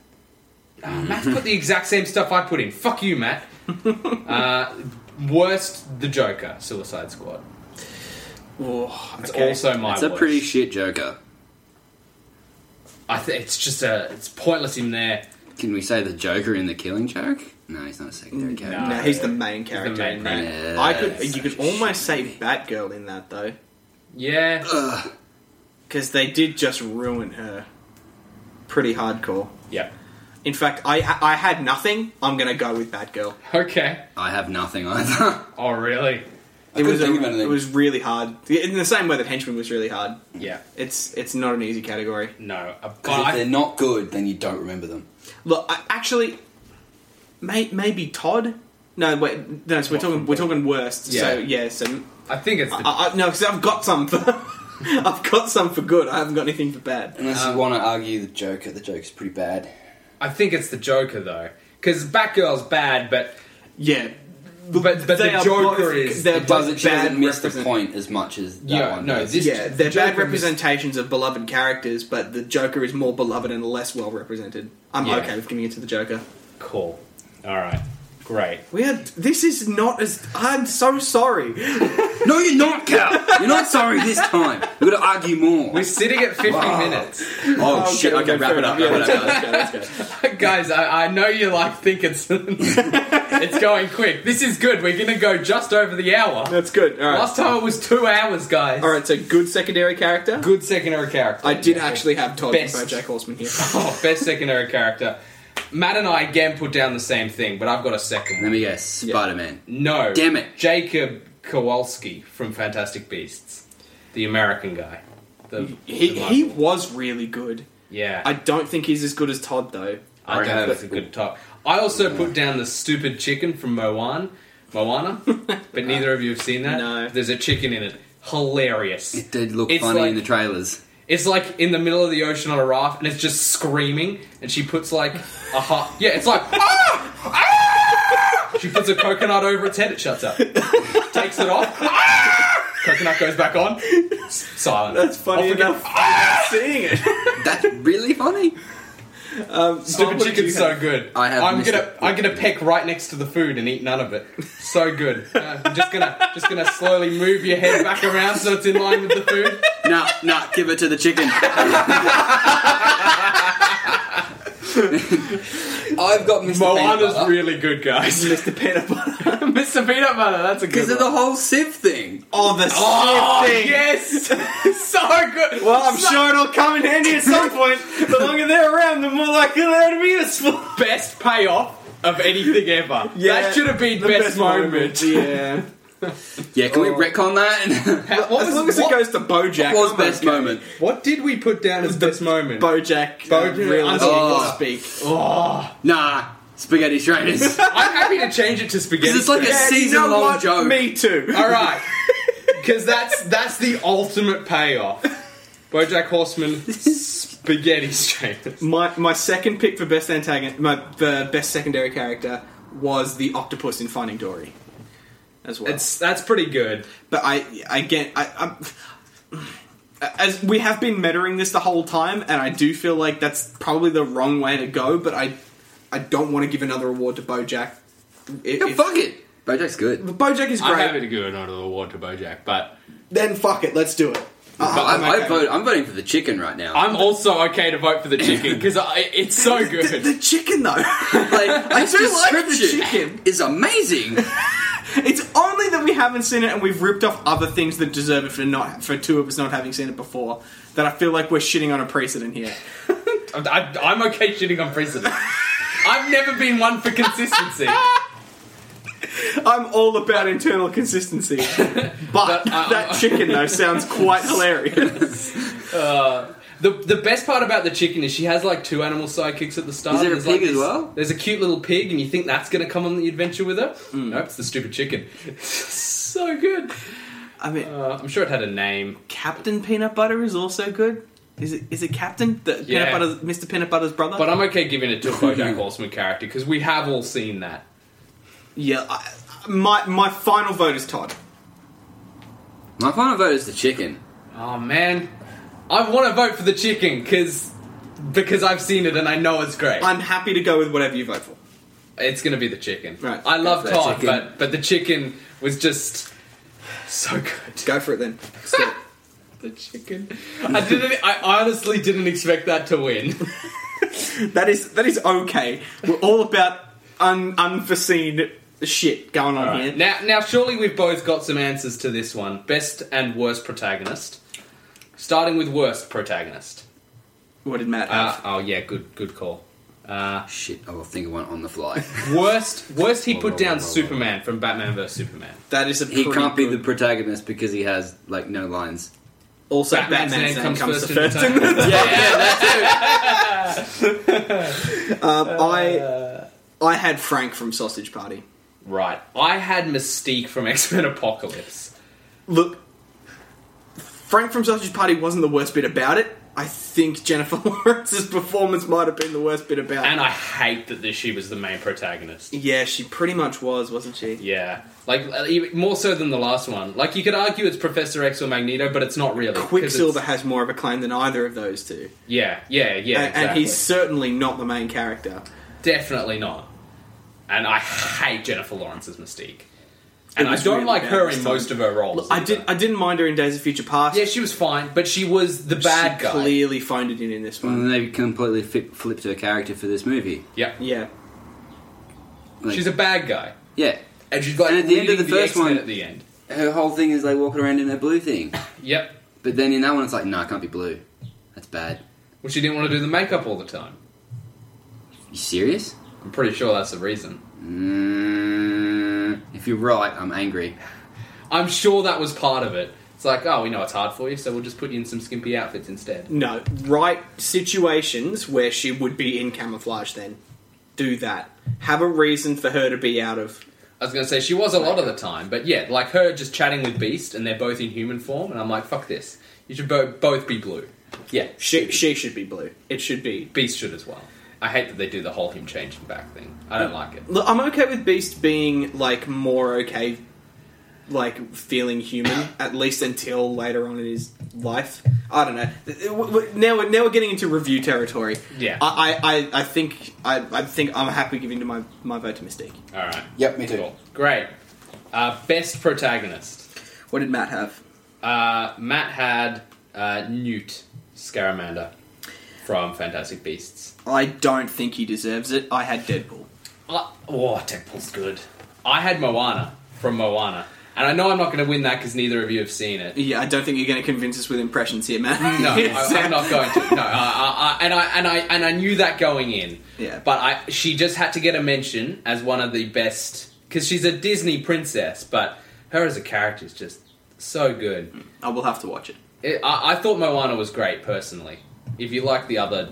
Ah, Matt put the exact same stuff I put in. Fuck you, Matt. uh, worst, the Joker, Suicide Squad.
Oh,
It's
okay.
also my.
It's a
worst.
pretty shit Joker.
I think it's just a. It's pointless in there.
Can we say the Joker in the Killing Joke? No, he's not a secondary character.
No, he's the main character.
main
in that.
character.
Mm, I could,
Yes.
you could almost say Batgirl in that though,
Yeah.
Ugh.
because they did just ruin her pretty hardcore.
Yeah.
In fact, I I had nothing. I'm gonna go with Batgirl.
Okay.
I have nothing either.
Oh really?
I
It was
couldn't
a,
think of anything.
it was really hard. In the same way that Henchman was really hard.
Yeah.
It's it's not an easy category.
No. uh, But
'Cause if they're
I,
not good, then you don't remember them.
Look, I, actually, may, maybe Todd. No, wait, no. So we're
What
talking
from
we're talking worst. So yeah, so
I think it's. The,
I, I, no, because I've got some for I've got some for good. I haven't got anything for bad.
Unless
Um,
you want to argue the Joker, the Joker's pretty bad.
I think it's the Joker though, because Batgirl's bad, but
Yeah,
but but
They
the
are
Joker
both-
is.
they're
It doesn't,
both
she doesn't
bad
miss the
represent-
point as much as that
Yeah,
one
no,
does.
this-
yeah, they're bad
Joker mis-
representations of beloved characters, but the Joker is more beloved and less well represented. I'm
Yeah.
okay with giving it to the Joker.
Cool. All right. Great.
We had this is not as I'm so sorry.
No, you're not, Cal! You're not sorry this time. We've got to argue more.
We're sitting at 50
Wow.
minutes.
oh, shit, okay, wrap it up,
Yeah,
wrap
let's
it
go,
up.
let's go, let's go, let's go.
Guys, I, I know you like think it's it's going quick. This is good. We're gonna go just over the hour.
That's good. All right.
Last time it was two hours, guys.
All right. So good secondary character.
Good secondary character.
I did
Yeah.
actually have Todd
Best.
and BoJack Horseman here.
Oh, best secondary character. Matt and I again put down the same thing, but I've got a second
Let
one.
me guess, Spider-Man.
No.
Damn it.
Jacob Kowalski from Fantastic Beasts. The American guy. The,
He
the
he
Michael.
was really good.
Yeah.
I don't think he's as good as Todd though.
I don't
Okay.
think it's a good talk. I also put down the stupid chicken from Moana, Moana, but neither of you have seen that.
No.
There's a chicken in it. Hilarious.
It did look
It's
funny
like-
in the trailers.
It's like in the middle of the ocean on a raft, and it's just screaming. And she puts like a hot. Yeah, it's like. "Ah! Ah!" She puts a coconut over its head. It shuts up. Takes it off. "Ah!" Coconut goes back on. S- Silent.
That's funny
Off
enough. I'm
Ah! again.
seeing it.
That's really funny.
Um,
Stupid
Tom, what did
chicken's
you
so
have?
good.
I have
I'm
missed
gonna
it.
I'm gonna peck right next to the food and eat none of it. So good. Uh, I'm just gonna just gonna slowly move your head back around so it's in line with the food.
No, no, give it to the chicken. I've got Mr.
Moana's really good, guys.
Mr. Peanut Butter.
Mr. Peanut Butter, that's a good.
because of the
one.
whole Civ thing.
Oh, the
Oh,
thing.
yes, so good.
Well, I'm
So-
sure it'll come in handy at some point. The longer they're around, the more likely they're to be useful.
best payoff of anything ever. that should have been
the
best, moment.
Yeah.
Yeah, can we
Oh.
retcon that?
What was,
as long as
what,
it goes to BoJack,
What was
I'm
best
okay.
moment?
what did we put down as
The
best moment?
BoJack,
Bo-
BoJack, realistic
Oh.
speak.
oh,
Nah, spaghetti shredders.
I'm happy to change it to spaghetti.
It's like a
strap.
Yeah,
season-long
you know what?
joke.
Me too.
All right, because that's that's the ultimate payoff. BoJack Horseman spaghetti strainers.
My my second pick for best antagonist, my the best secondary character was the octopus in Finding Dory, as well.
It's that's pretty good.
but I again I. I'm, as we have been measuring this the whole time, and I do feel like that's probably the wrong way to go. But I, I don't want to give another award to BoJack. If,
Yeah,
if-
fuck it. BoJack's good.
BoJack is
I'm
great.
happy to give another award to BoJack, but
Then fuck it, let's do it. Ah,
Oh
I,
I'm
I
okay.
vote, I'm voting for the chicken right now.
I'm also okay to vote for the chicken because it's so
The,
good.
the chicken though.
like,
I
this
do like the
description
chicken.
is amazing.
It's only that we haven't seen it and we've ripped off other things that deserve it for not for two of us not having seen it before that I feel like we're shitting on a precedent here.
I, I'm okay shitting on precedent. I've never been one for consistency,
I'm all about internal consistency. But, uh,
I-
that
I-
chicken, though, sounds quite hilarious.
The, the best part about the chicken is she has like two animal sidekicks at the start.
Is there a
There's, like,
pig as
this-
well?
There's a cute little pig, and you think that's going to come on the adventure with her?
Hmm.
Nope, it's the stupid chicken. so good.
I mean,
Uh, I'm sure it had a name.
Captain Peanut Butter is also good. Is it, is it Captain? The
Yeah.
Peanut Butter's, Mr. Peanut Butter's brother?
But uh, I'm okay giving it to a BoJack Horseman character because we have all seen that.
yeah, I, my, my final vote is Todd.
My final vote is the chicken.
Oh man, I want to vote for the chicken because because I've seen it and I know it's great.
I'm happy to go with whatever you vote for.
It's going to be the chicken.
Right.
I love
The
Todd,
chicken.
but but the chicken was just so good.
Go for it then. Let's do it.
The chicken. I didn't. I honestly didn't expect that to win.
That is that is okay. We're all about un, unforeseen shit going on here.
Now, now, surely we've both got some answers to this one: best and worst protagonist. Starting with worst protagonist.
What did Matt
Uh,
have?
oh yeah, good good call. Uh,
Ah, Shit, I will think of one on the fly.
worst worst he
Whoa,
put
whoa,
down
whoa, whoa, whoa.
Superman from Batman vs Superman.
that is a
he
pretty
can't be the
good-
protagonist because he has like no lines.
also
Batman's
Batman's,
name
name
comes
comes,
first
to
in the
first. In the um, I I had Frank from Sausage Party.
Right. I had Mystique from X Men Apocalypse.
Look, Frank from Sausage Party wasn't the worst bit about it. I think Jennifer Lawrence's performance might have been the worst bit about
And
it.
I hate that this, she was the main protagonist.
Yeah, she pretty much was, wasn't she?
Yeah. Like, uh, even- more so than the last one. Like, you could argue it's Professor X or Magneto, but it's not really. 'cause
Quicksilver
it's-
has more of a claim than either of those two.
Yeah, yeah, yeah.
and,
exactly.
and he's certainly not the main character.
Definitely not. And I hate Jennifer Lawrence's Mystique. And I
was
don't
really
like
bad
her
this
in
time.
most of her roles.
Look, I
either.
did. I didn't mind her in Days of Future Past.
yeah, she was fine, but she was the bad
she
guy. Mm.
clearly phoned it in in this one.
And they completely flip, flipped her character for this movie.
Yeah.
Yeah,
Like,
She's a bad guy.
yeah.
And she's like
And at the end of
leading
the first
X-Men
one-
at the end.
Her whole thing is like walking around in her blue thing,
Yep.
but then in that one it's like, no, it can't be blue. That's bad.
Well, she didn't want to do the makeup all the time.
You serious?
I'm pretty sure that's the reason.
Mm, if you're right, I'm angry.
I'm sure that was part of it. It's like, oh, we know it's hard for you, so we'll just put you in some skimpy outfits instead.
no, right situations where she would be in camouflage. Then do that. Have a reason for her to be out of.
I was going to say she was a lot of the time, but yeah, like her just chatting with Beast, and they're both in human form, and I'm like, fuck this. You should bo- both be blue.
Yeah.
She she should be blue. It should be.
Beast should as well. I hate that they do the whole him changing back thing. I don't like it.
Look, I'm okay with Beast being like more okay, like feeling human at least until later on in his life. I don't know. W- w- Now we're now we're getting into review territory.
Yeah.
I I, I, I think I, I think I'm happy giving to my my vote to Mystique.
All right.
Yep, me too.
Cool. Great. Uh, best protagonist.
What did Matt have?
Uh, Matt had uh, Newt Scaramander from Fantastic Beasts.
I don't think he deserves it. I had Deadpool.
I, oh, Deadpool's good. I had Moana from Moana, and I know I'm not going to win that because neither of you have seen it.
Yeah, I don't think you're going to convince us with impressions here, Matt.
No, I, I'm not going to. No, I, I, I, and I and I and I knew that going in.
Yeah.
But I, she just had to get a mention as one of the best because she's a Disney princess, but her as a character is just so good.
I will have to watch it.
It, I, I thought Moana was great personally. If you like the other,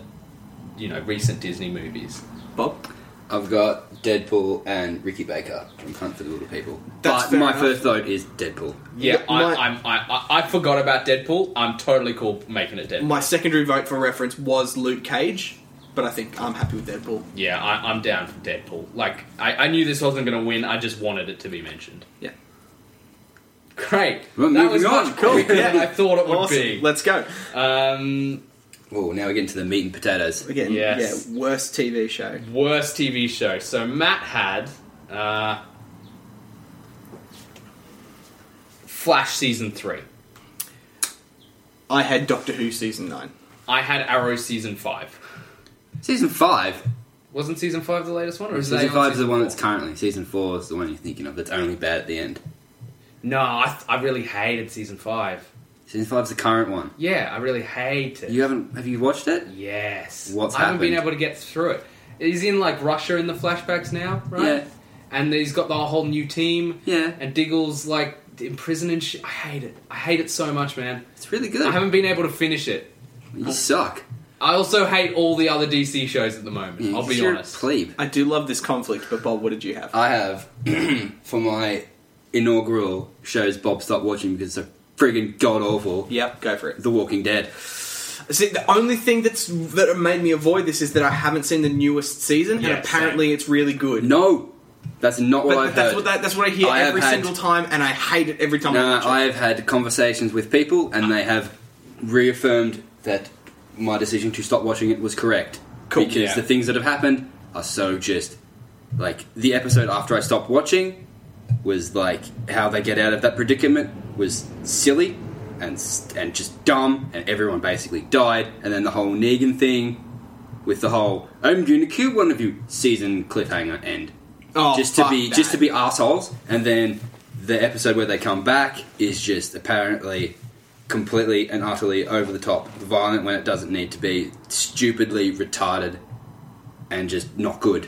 you know, recent Disney movies,
Bob,
I've got Deadpool and Ricky Baker from Hunt for the Little People.
That's
but
fair
my
enough.
first vote is Deadpool.
yeah, I,
My-
I'm, I, I I forgot about Deadpool. I'm totally cool making it Deadpool.
my secondary vote for reference was Luke Cage, but I think I'm happy with Deadpool.
Yeah, I, I'm down for Deadpool. Like, I, I knew this wasn't going to win. I just wanted it to be mentioned.
Yeah.
Great.
Well,
that
moving
was
on.
much quicker
Cool.
than I thought it would
Awesome. Let's go.
be. Um,
Oh, now we're getting to the meat and potatoes.
Again,
Yes.
yeah, worst TV show.
worst TV show. So Matt had uh, Flash season three.
I had Doctor Who season 9.
I had Arrow season five.
Season 5.
Wasn't season five the latest one, or is
Season
that on
5 is the one
four?
that's currently. Season 4 is the one you're thinking of that's only bad at the end.
No, I, th- I really hated season five.
Season 5 is the current one.
Yeah, I really hate it.
You haven't. Have you watched it?
Yes.
What's
I haven't been
happened?
able to get through it. he's in like Russia in the flashbacks now, right?
Yeah.
And he's got the whole new team.
Yeah.
And Diggle's like in prison and shit. I hate it. I hate it so much, man.
It's really
I
good.
haven't been able to finish it.
You suck.
I also hate all the other DC shows at the moment.
Mm,
I'll be
You're a
honest.
plebe.
I do love this conflict, but Bob, what did you have?
I have for my inaugural shows Bob stopped watching because they're friggin' god awful.
Yep, go for it.
The Walking Dead.
See, the only thing that's that made me avoid this is that I haven't seen the newest season,
Yeah,
and apparently it's really good.
No, that's not what
but,
I've
but that's
heard.
what that, that's what I hear
I have
every
had-
single time, and I hate it every time. I
No,
watch
I
it.
have had conversations with people, and they have reaffirmed that my decision to stop watching it was correct.
Cool.
Because
Yeah.
the things that have happened are so just like the episode after I stopped watching was like how they get out of that predicament was silly and s- and just dumb, and everyone basically died, and then the whole Negan thing with the whole "I'm going to kill one of you" season cliffhanger end
oh,
just to
fuck
be
that.
just to be assholes and then the episode where they come back is just apparently completely and utterly over the top violent when it doesn't need to be stupidly retarded and just not good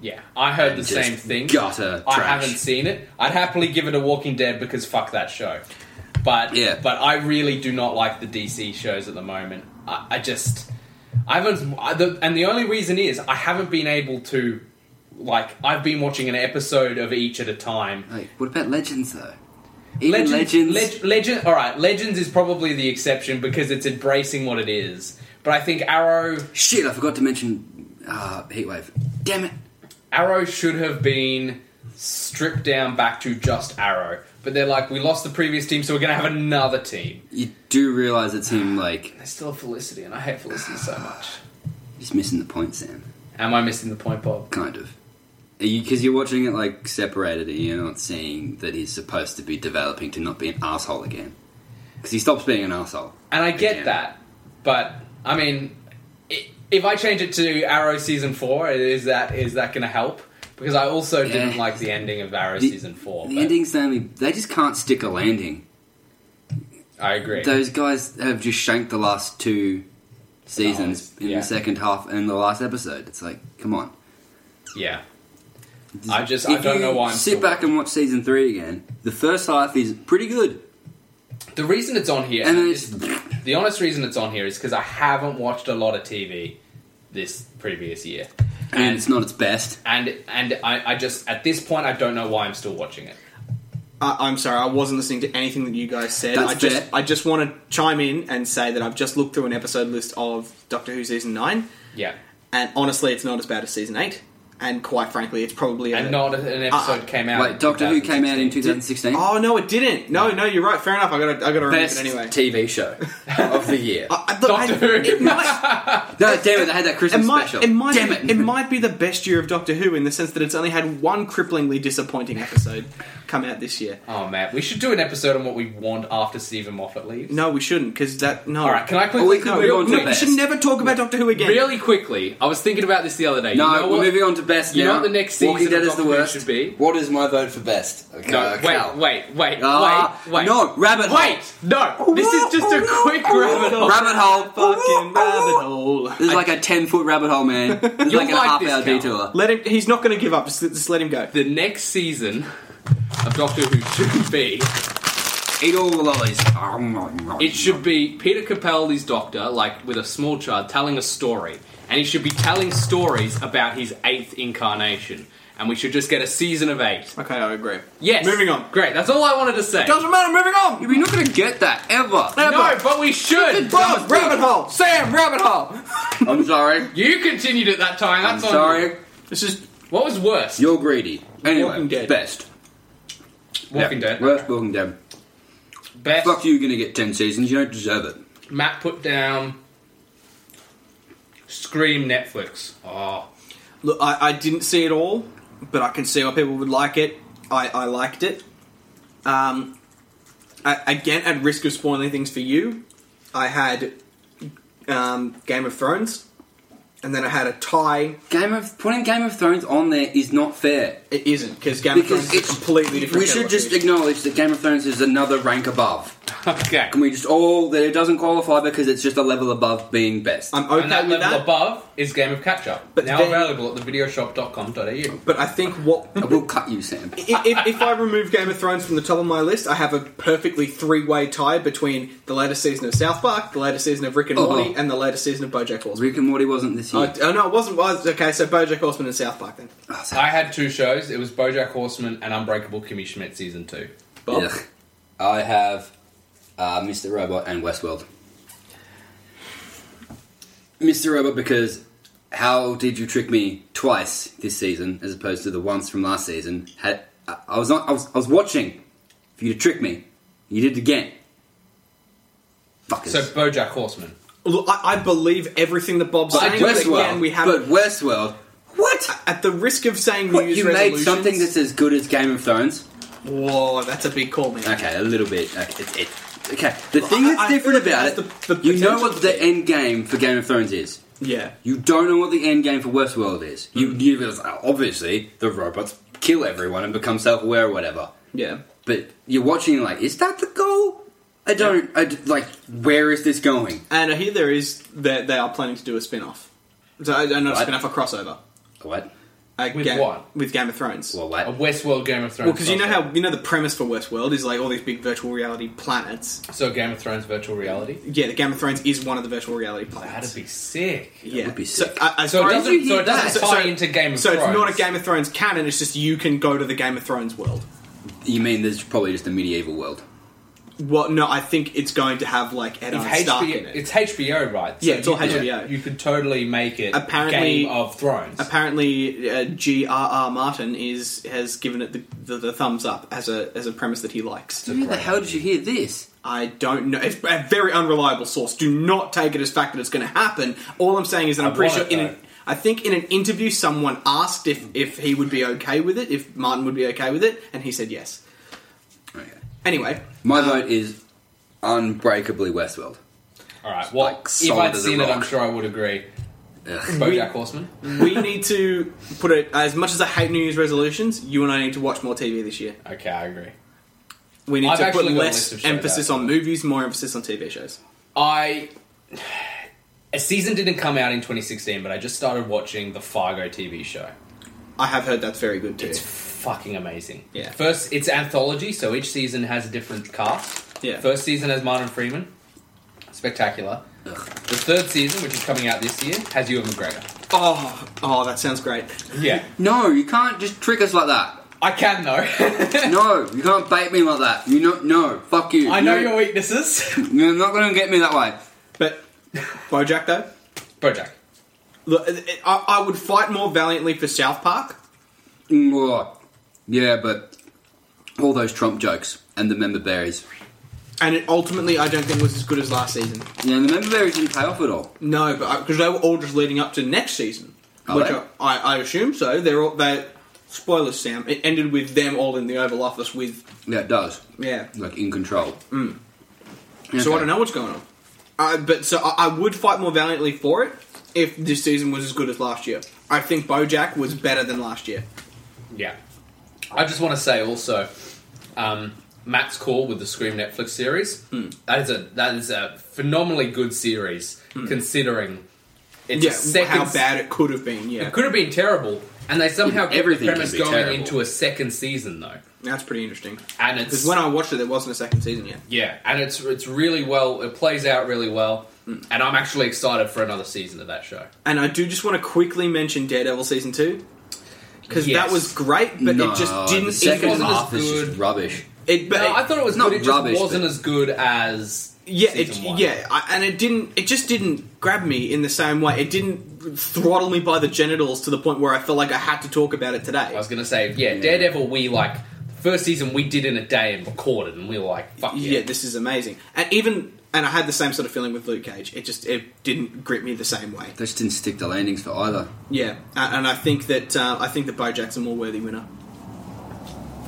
Yeah, I heard the
Just
same thing.
gutter
I
trash.
haven't seen it. I'd happily give it a Walking Dead because fuck that show. But
Yeah.
but I really do not like the DC shows at the moment. I, I just I haven't, I, the, and the only reason is I haven't been able to. Like I've been watching an episode of each at a time.
like what about legends though even
Legends,
legends,
Leg- legend. All right, Legends is probably the exception because it's embracing what it is. But I think Arrow,
shit i forgot to mention uh, heatwave damn it
Arrow should have been stripped down back to just Arrow. But they're like, we lost the previous team, so we're going to have another team.
you do realize it's him like
There's still Felicity, and I hate Felicity so much.
just missing the point sam
Am I missing the point, Bob?
kind of because you, are watching it like separated and you're not seeing that he's supposed to be developing to not be an asshole again because he stops being an asshole
And I get
Again.
that, but I mean, i if I change it to Arrow season four, is that is that going to help? Because I also
Yeah.
didn't like the ending of Arrow
The-
season four.
the
but
endings only they just can't stick a landing
I agree.
those guys have just shanked the last two seasons
Oh,
in
yeah.
the second half and the last episode it's like come on
yeah, I just- I
If
don't
you
know why I'm
sit
still
back and watch season three again the first half is pretty good
the reason it's on here,
and then
and
it's
The honest reason it's on here is because I haven't watched a lot of TV this previous year,
and it's not its best
and and I, I just at this point I don't know why I'm still watching it.
I, I'm sorry, I wasn't listening to anything that you guys said.
That's
I just
fair.
I just want to chime in and say that I've just looked through an episode list of Doctor Who season nine,
Yeah,
and honestly, it's not as bad as season eight. And quite frankly, it's probably a-
and not an episode
Ah,
came out. in
Uh, wait doctor who came out in
2016.
2016
Oh no, it didn't. No, no, you're right. Fair enough. I got to I got to remember it
best
anyway.
tv show of the year
I- I- look,
Doctor
I-
Who.
It might,
No, damn it, they had that
it
Christmas
might,
special.
it might,
damn it.
it might be the best year of Doctor Who in the sense that it's only had one cripplingly disappointing episode come out this year.
Oh man, we should do an episode on what we want after Stephen Moffat leaves.
No, we shouldn't because that no.
All right, can I
Oh,
quickly?
we could
No,
move
no,
on to
we
the best.
should never talk about Doctor Who again.
Really quickly, I was thinking about this the other day.
no,
you know
we're
what?
moving on to best
you know
now.
what the next
Walking
season
Dead
of
is the
Doctor Who
worst.
should be?
What is my vote for best? Okay,
No,
uh, Cal.
wait, wait, wait,
Ah,
wait, wait.
No, rabbit hole.
Wait, no. This is just a quick rabbit hole.
Rabbit hole.
fucking rabbit hole.
This is like a ten foot rabbit hole, man. This is
You'll
like a
like
half
this,
hour
Cal.
detour.
Let him. He's not going to give up. Just, just let him go.
The next season of Doctor Who should be
Eat all the lollies.
It should be Peter Capaldi's doctor, like with a small child, telling a story. And he should be telling stories about his eighth incarnation. And we should just get a season of eight.
Okay, I agree.
Yes.
Moving on.
Great, that's all I wanted to say.
Doesn't matter. Moving on.
You're not going to get that ever.
No, but we should!
Bob, rabbit hole. Sam, rabbit hole.
I'm sorry.
You continued at that time,
I'm
that's on you.
sorry.
This is
What was worse?
You're greedy. Anyway,
Walking Dead.
best.
Walking
Yeah,
Dead.
Worst Walking Dead.
Best.
Fuck you. You're going to get ten seasons. You don't deserve it.
Matt put down Scream Netflix. Oh.
Look, I, I didn't see it all, but I can see why people would like it. I, I liked it. Um, I, again, at risk of spoiling things for you, I had um, Game of Thrones, and then I had a tie.
Game of putting Game of Thrones on there is not fair.
It isn't because Game of
Because
Thrones is
it's
a completely different.
We should
kettle of
just
fish.
acknowledge that Game of Thrones is another rank above.
Okay.
Can we just all that it doesn't qualify because it's just a level above being best?
I'm okay
and that
with
level
that,
above is Game of Catch Up.
But
now
then-
available at thevideoshop.com.au.
but I think what
I will cut you, Sam.
if, if- if I remove Game of Thrones from the top of my list, I have a perfectly three-way tie between the latest season of South Park, the latest season of Rick and
Oh.
Morty, and the latest season of BoJack Horseman.
Rick and Morty wasn't this year.
Oh, oh, no, it wasn't. Was okay. So BoJack Horseman and South Park then.
Oh, Sam.
I had two shows. It was BoJack Horseman and Unbreakable Kimmy Schmidt season two.
Bob?
Ugh. I have uh, Mr. Robot and Westworld. Mr. Robot, because how did you trick me twice this season, as opposed to the once from last season? Had I, I was not, I was, I was watching for you to trick me. You did it again. Fuckers.
So BoJack Horseman.
Look, I, I believe everything that Bob's
but
saying. But
Westworld,
again, we have
but Westworld. What?
at the risk of saying we
What,
use
you made
resolutions.
something that's as good as Game of Thrones?
Whoa, that's a big call, man.
Okay, a little bit. Okay, it, it, okay. the
Well,
thing
I-
that's
I
different
feel
about
like
it,
that's the- the
you know
potential
what the end game for Game of Thrones is.
Yeah.
You don't know what the end game for Westworld is.
Hmm.
You, you realize, oh, obviously the robots kill everyone and become self-aware or whatever.
Yeah.
But you're watching, and like, is that the goal? I don't. I d like, where is this going?
And I hear there is that they are planning to do a spin-off. So uh, not a
What?
spin-off, a crossover.
What?
A
With
Ga-
what?
With Game of Thrones.
Well,
A
what?
Westworld Game of Thrones.
Well, because you know
crossover.
how you know the premise for Westworld is like all these big virtual reality planets.
So Game of Thrones virtual reality.
Yeah, the Game of Thrones is one of the virtual reality
That'd
planets.
be sick.
yeah,
would be sick.
So, uh, as
So
far
it
as-
did you
doesn't. So
hear
it doesn't
that?
so-
tie
so-
into Game of
so
Thrones.
it's not a Game of Thrones canon. It's just you can go to the Game of Thrones world.
You mean there's probably just a medieval world?
Well, no, I think it's going to have like Eddard
If
Stark in
HBO,
it.
it's HBO, right?
Yeah, it's all
you could-
HBO.
You could totally make it
Apparently-
Game of Thrones.
Apparently, uh, G.R.R. Martin is has given it the, the, the thumbs up as a as a premise that he likes.
Where the hell did you hear this?
I don't know. It's a very unreliable source. Do not take it as fact that it's going to happen. All I'm saying is that I'm
I
pretty sure.
want it,
In an, I think in an interview, someone asked if if he would be okay with it, if Martin would be okay with it, and he said yes.
Okay.
Anyway,
My vote is unbreakably Westworld.
All right. Well,
Like,
if
solid
I'd
as a
seen it, I'm
rock.
sure I would agree.
Ugh.
Hmm.
BoJack Horseman.
we need to put it as much as I hate New Year's resolutions. You and I need to watch more TV this year.
Okay, I agree.
We need
I've
to put
actually got a list of
less
shows
emphasis
out.
on movies, more emphasis on TV shows.
I a season didn't come out in 2016, but I just started watching the Fargo TV show.
I have heard that's very good too.
It's fucking amazing.
Yeah.
First, it's anthology, so each season has a different cast.
Yeah.
First season has Martin Freeman, spectacular.
Ugh.
The third season, which is coming out this year, has Ewan McGregor.
oh, oh, that sounds great.
Yeah,
No, you can't just trick us like that.
I can though.
No, you can't bait me like that. You know, no, fuck you.
I know
you're.
your weaknesses.
You're not going to get me that way.
But BoJack though,
BoJack.
look, it- it- I, I would fight more valiantly for South Park.
Mwah. Mm, Yeah, but all those Trump jokes and the member berries.
And it ultimately, I don't think was as good as last season.
Yeah, the member berries didn't pay off at all.
No, but because they were all just leading up to next season,
Are
which
they?
I, I, I assume so. They're all they. Spoilers, Sam. It ended with them all in the Oval Office with
Yeah, it does.
yeah.
Like in control.
Mm. So I don't know what's going on. Uh, but so I, I would fight more valiantly for it if this season was as good as last year. I think BoJack was better than last year.
Yeah. I just want to say also, um, Matt's call with the Scream Netflix series.
Hmm.
That is a that is a phenomenally good series
Hmm.
considering it's
Yeah,
a second.
how bad it could have been. Yeah,
It could have been terrible, and they somehow kept
Hmm, Everything
the
can
premise
be
going
terrible.
into a second season though,
that's pretty interesting.
and it's
Because when I watched it, there wasn't a second season yet.
yeah, and it's it's really well. It plays out really well,
Hmm.
and I'm actually excited for another season of that show.
And I do just want to quickly mention Daredevil season two because
Yes.
that was great, but
No,
it just didn't.
The second
it wasn't as-
half is
good.
just rubbish.
It, but
No,
it-
I thought it was
Not
good. It
rubbish,
just wasn't
but-
as good as
Yeah, it,
season one.
yeah, I, and it didn't. It just didn't grab me in the same way. It didn't throttle me by the genitals to the point where I felt like I had to talk about it today.
I was gonna say, yeah, Daredevil. We like first season we did in a day and recorded, and we were like, fuck
yeah.
yeah.
this is amazing, and even and I had the same sort of feeling with Luke Cage. It just it didn't grip me the same way.
They just didn't stick the landings for either.
Yeah, and, and I think that uh, I think that BoJack's a more worthy winner.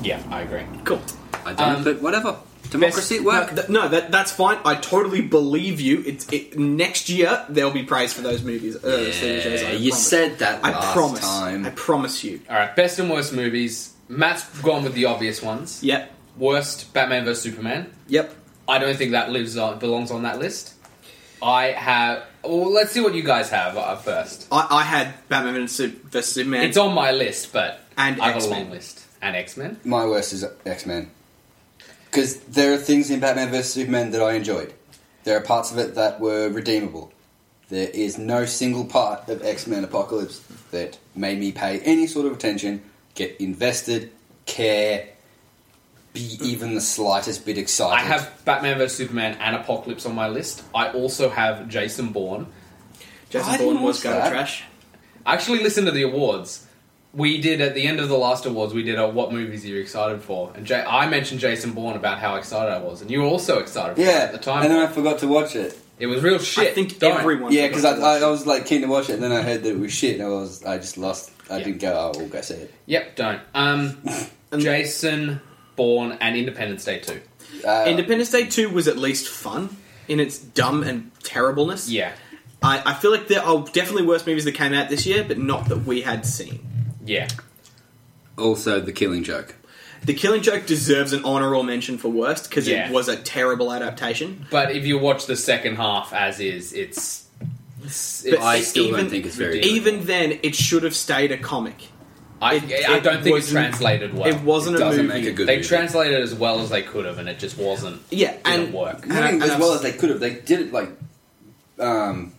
yeah, I agree.
Cool.
I don't,
Um,
but whatever. Democracy at
No,
work.
th- no, that that's fine. I totally believe you. It's it, next year there'll be praise for those movies. Uh, those TV shows, I
yeah, you
promise.
said that
I
last
promise.
time.
I promise you.
All right, best and worst movies. Matt's gone with the obvious ones.
Yep.
Worst Batman vs Superman.
Yep.
I don't think that lives on belongs on that list. I have. Well, let's see what you guys have uh, first.
I, I had Batman vs Su- vs Superman.
It's on my list, but
And
I've got a
X-Men.
long list. And X Men.
My worst is X Men. Because there are things in Batman vs Superman that I enjoyed. There are parts of it that were redeemable. There is no single part of X Men Apocalypse that made me pay any sort of attention, get invested, care, be even the slightest bit excited.
I have Batman vs Superman and Apocalypse on my list. I also have Jason Bourne.
Jason
I
Bourne
didn't
was
watch
kind of
that.
trash.
I actually listened to the awards. We did at the end of the last awards. We did a what movies are you excited for? And Jay, I mentioned Jason Bourne about how excited I was, and you were also excited. For
Yeah,
that at the time
and then I forgot to watch it.
it was real shit.
I think
Don't.
everyone. forgot
Yeah, because I,
to watch
I, I was like keen to watch it, and then I heard that it was shit, and I was I just lost. I
Yeah.
didn't go. Oh, we'll go see it.
Yep, don't. Um,
And-
Jason Bourne and Independence Day two.
Uh,
Independence Day two was at least fun in its dumb and terribleness.
Yeah,
I, I feel like there are definitely worse movies that came out this year, but not that we had seen.
yeah.
Uh, also, The Killing Joke.
The Killing Joke deserves an honorable mention for worst because
Yeah.
it was a terrible adaptation.
But if you watch the second half as is, it's. it's,
But
I
It's
still
even-
don't think it's very. good.
Even then, it should have stayed a comic.
I,
it-
I
it
don't think it's
wasn't-
translated well.
it wasn't
It
a
doesn't
movie.
make a good.
They
movie.
translated as well as they could have, and it just wasn't.
yeah,
Didn't
and
work.
And
I think
I-
as
and
well
I've-
as they could have. They did it like um,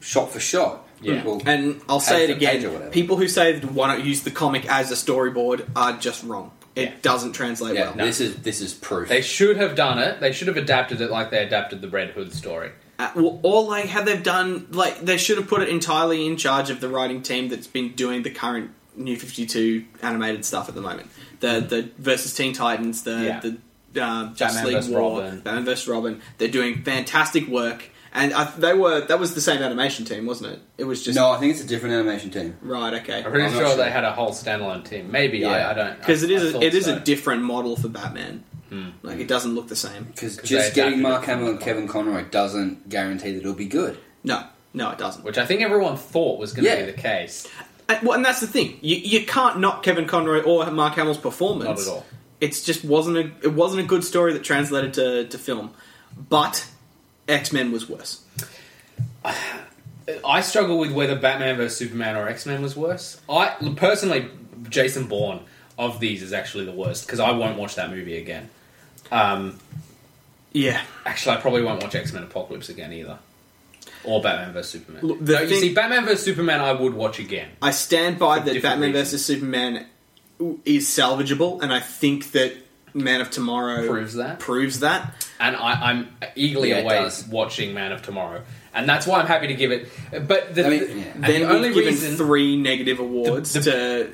shot for shot.
Yeah.
Well,
And I'll say it
Page for page or
again:
whatever.
people who say why not use the comic as a storyboard are just wrong. It
Yeah.
doesn't translate
yeah,
well.
this is this is proof.
They should have done it. They should have adapted it like they adapted the Red Hood story.
Uh, well, or like how they've done, like they should have put it entirely in charge of the writing team that's been doing the current New Fifty Two animated stuff at the moment. The the versus Teen Titans, the
Yeah.
the uh, Justice
Batman
League
versus
War,
Robin.
Batman vs Robin. They're doing fantastic work, and I, they were that was the same animation team, wasn't it? It was just
no, I think it's a different animation team.
right, okay,
I'm pretty
I'm not
sure,
sure.
they had a whole standalone team. Maybe I,
Yeah.
I don't
because it
I-
is
I
a,
thought
it is
so. Hmm.
a different model for Batman. Like it doesn't look the same.
Because
they
just getting
adapted
Mark
it
Hamill and
from-
Kevin Conroy doesn't guarantee that it'll be good.
No, no, it doesn't.
which I think everyone thought was going to
Yeah.
be the case.
And, well, and that's the thing. You, you can't knock Kevin Conroy or Mark Hamill's
Not
performance.
at all.
It's just wasn't a it wasn't a good story that translated to, to film. But X Men was worse.
I struggle with whether Batman vs Superman or X Men was worse. I personally, Jason Bourne of these is actually the worst because I won't watch that movie again. Um,
Yeah.
actually, I probably won't watch X Men Apocalypse again either, or Batman vs Superman.
Look, the
No, you
thing-
see, Batman vs Superman, I would watch again.
I stand by
For
that
different
Batman
reasons.
vs Superman is salvageable, and I think that Man of Tomorrow
Proves that.
proves that.
and I, I'm eagerly
Yeah, it
away
does.
watching Man of Tomorrow, and that's why I'm happy to give it. But the,
I mean,
the-
yeah.
and
then
the only
we've given
reason
three negative awards
the-
to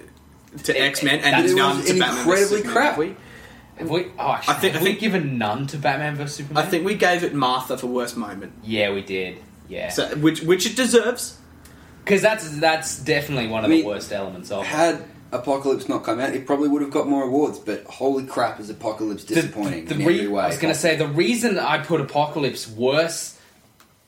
to X Men,
that-
and
It
none
was
to
an
Batman. vs
incredibly
Superman,
crap-
have we?
have we, oh, actually,
I think-
have
I
we
think-
given none to Batman vs
I
Superman.
think we gave it Martha for worst moment,
yeah, we did. Yeah,
so, which which it deserves.
because that's that's definitely one of
I
the
mean,
worst elements of it.
Had Apocalypse not come out, it probably would have got more awards. But holy crap, is Apocalypse disappointing
The, the
in
re-
every way?
I was going to say the reason I put Apocalypse worse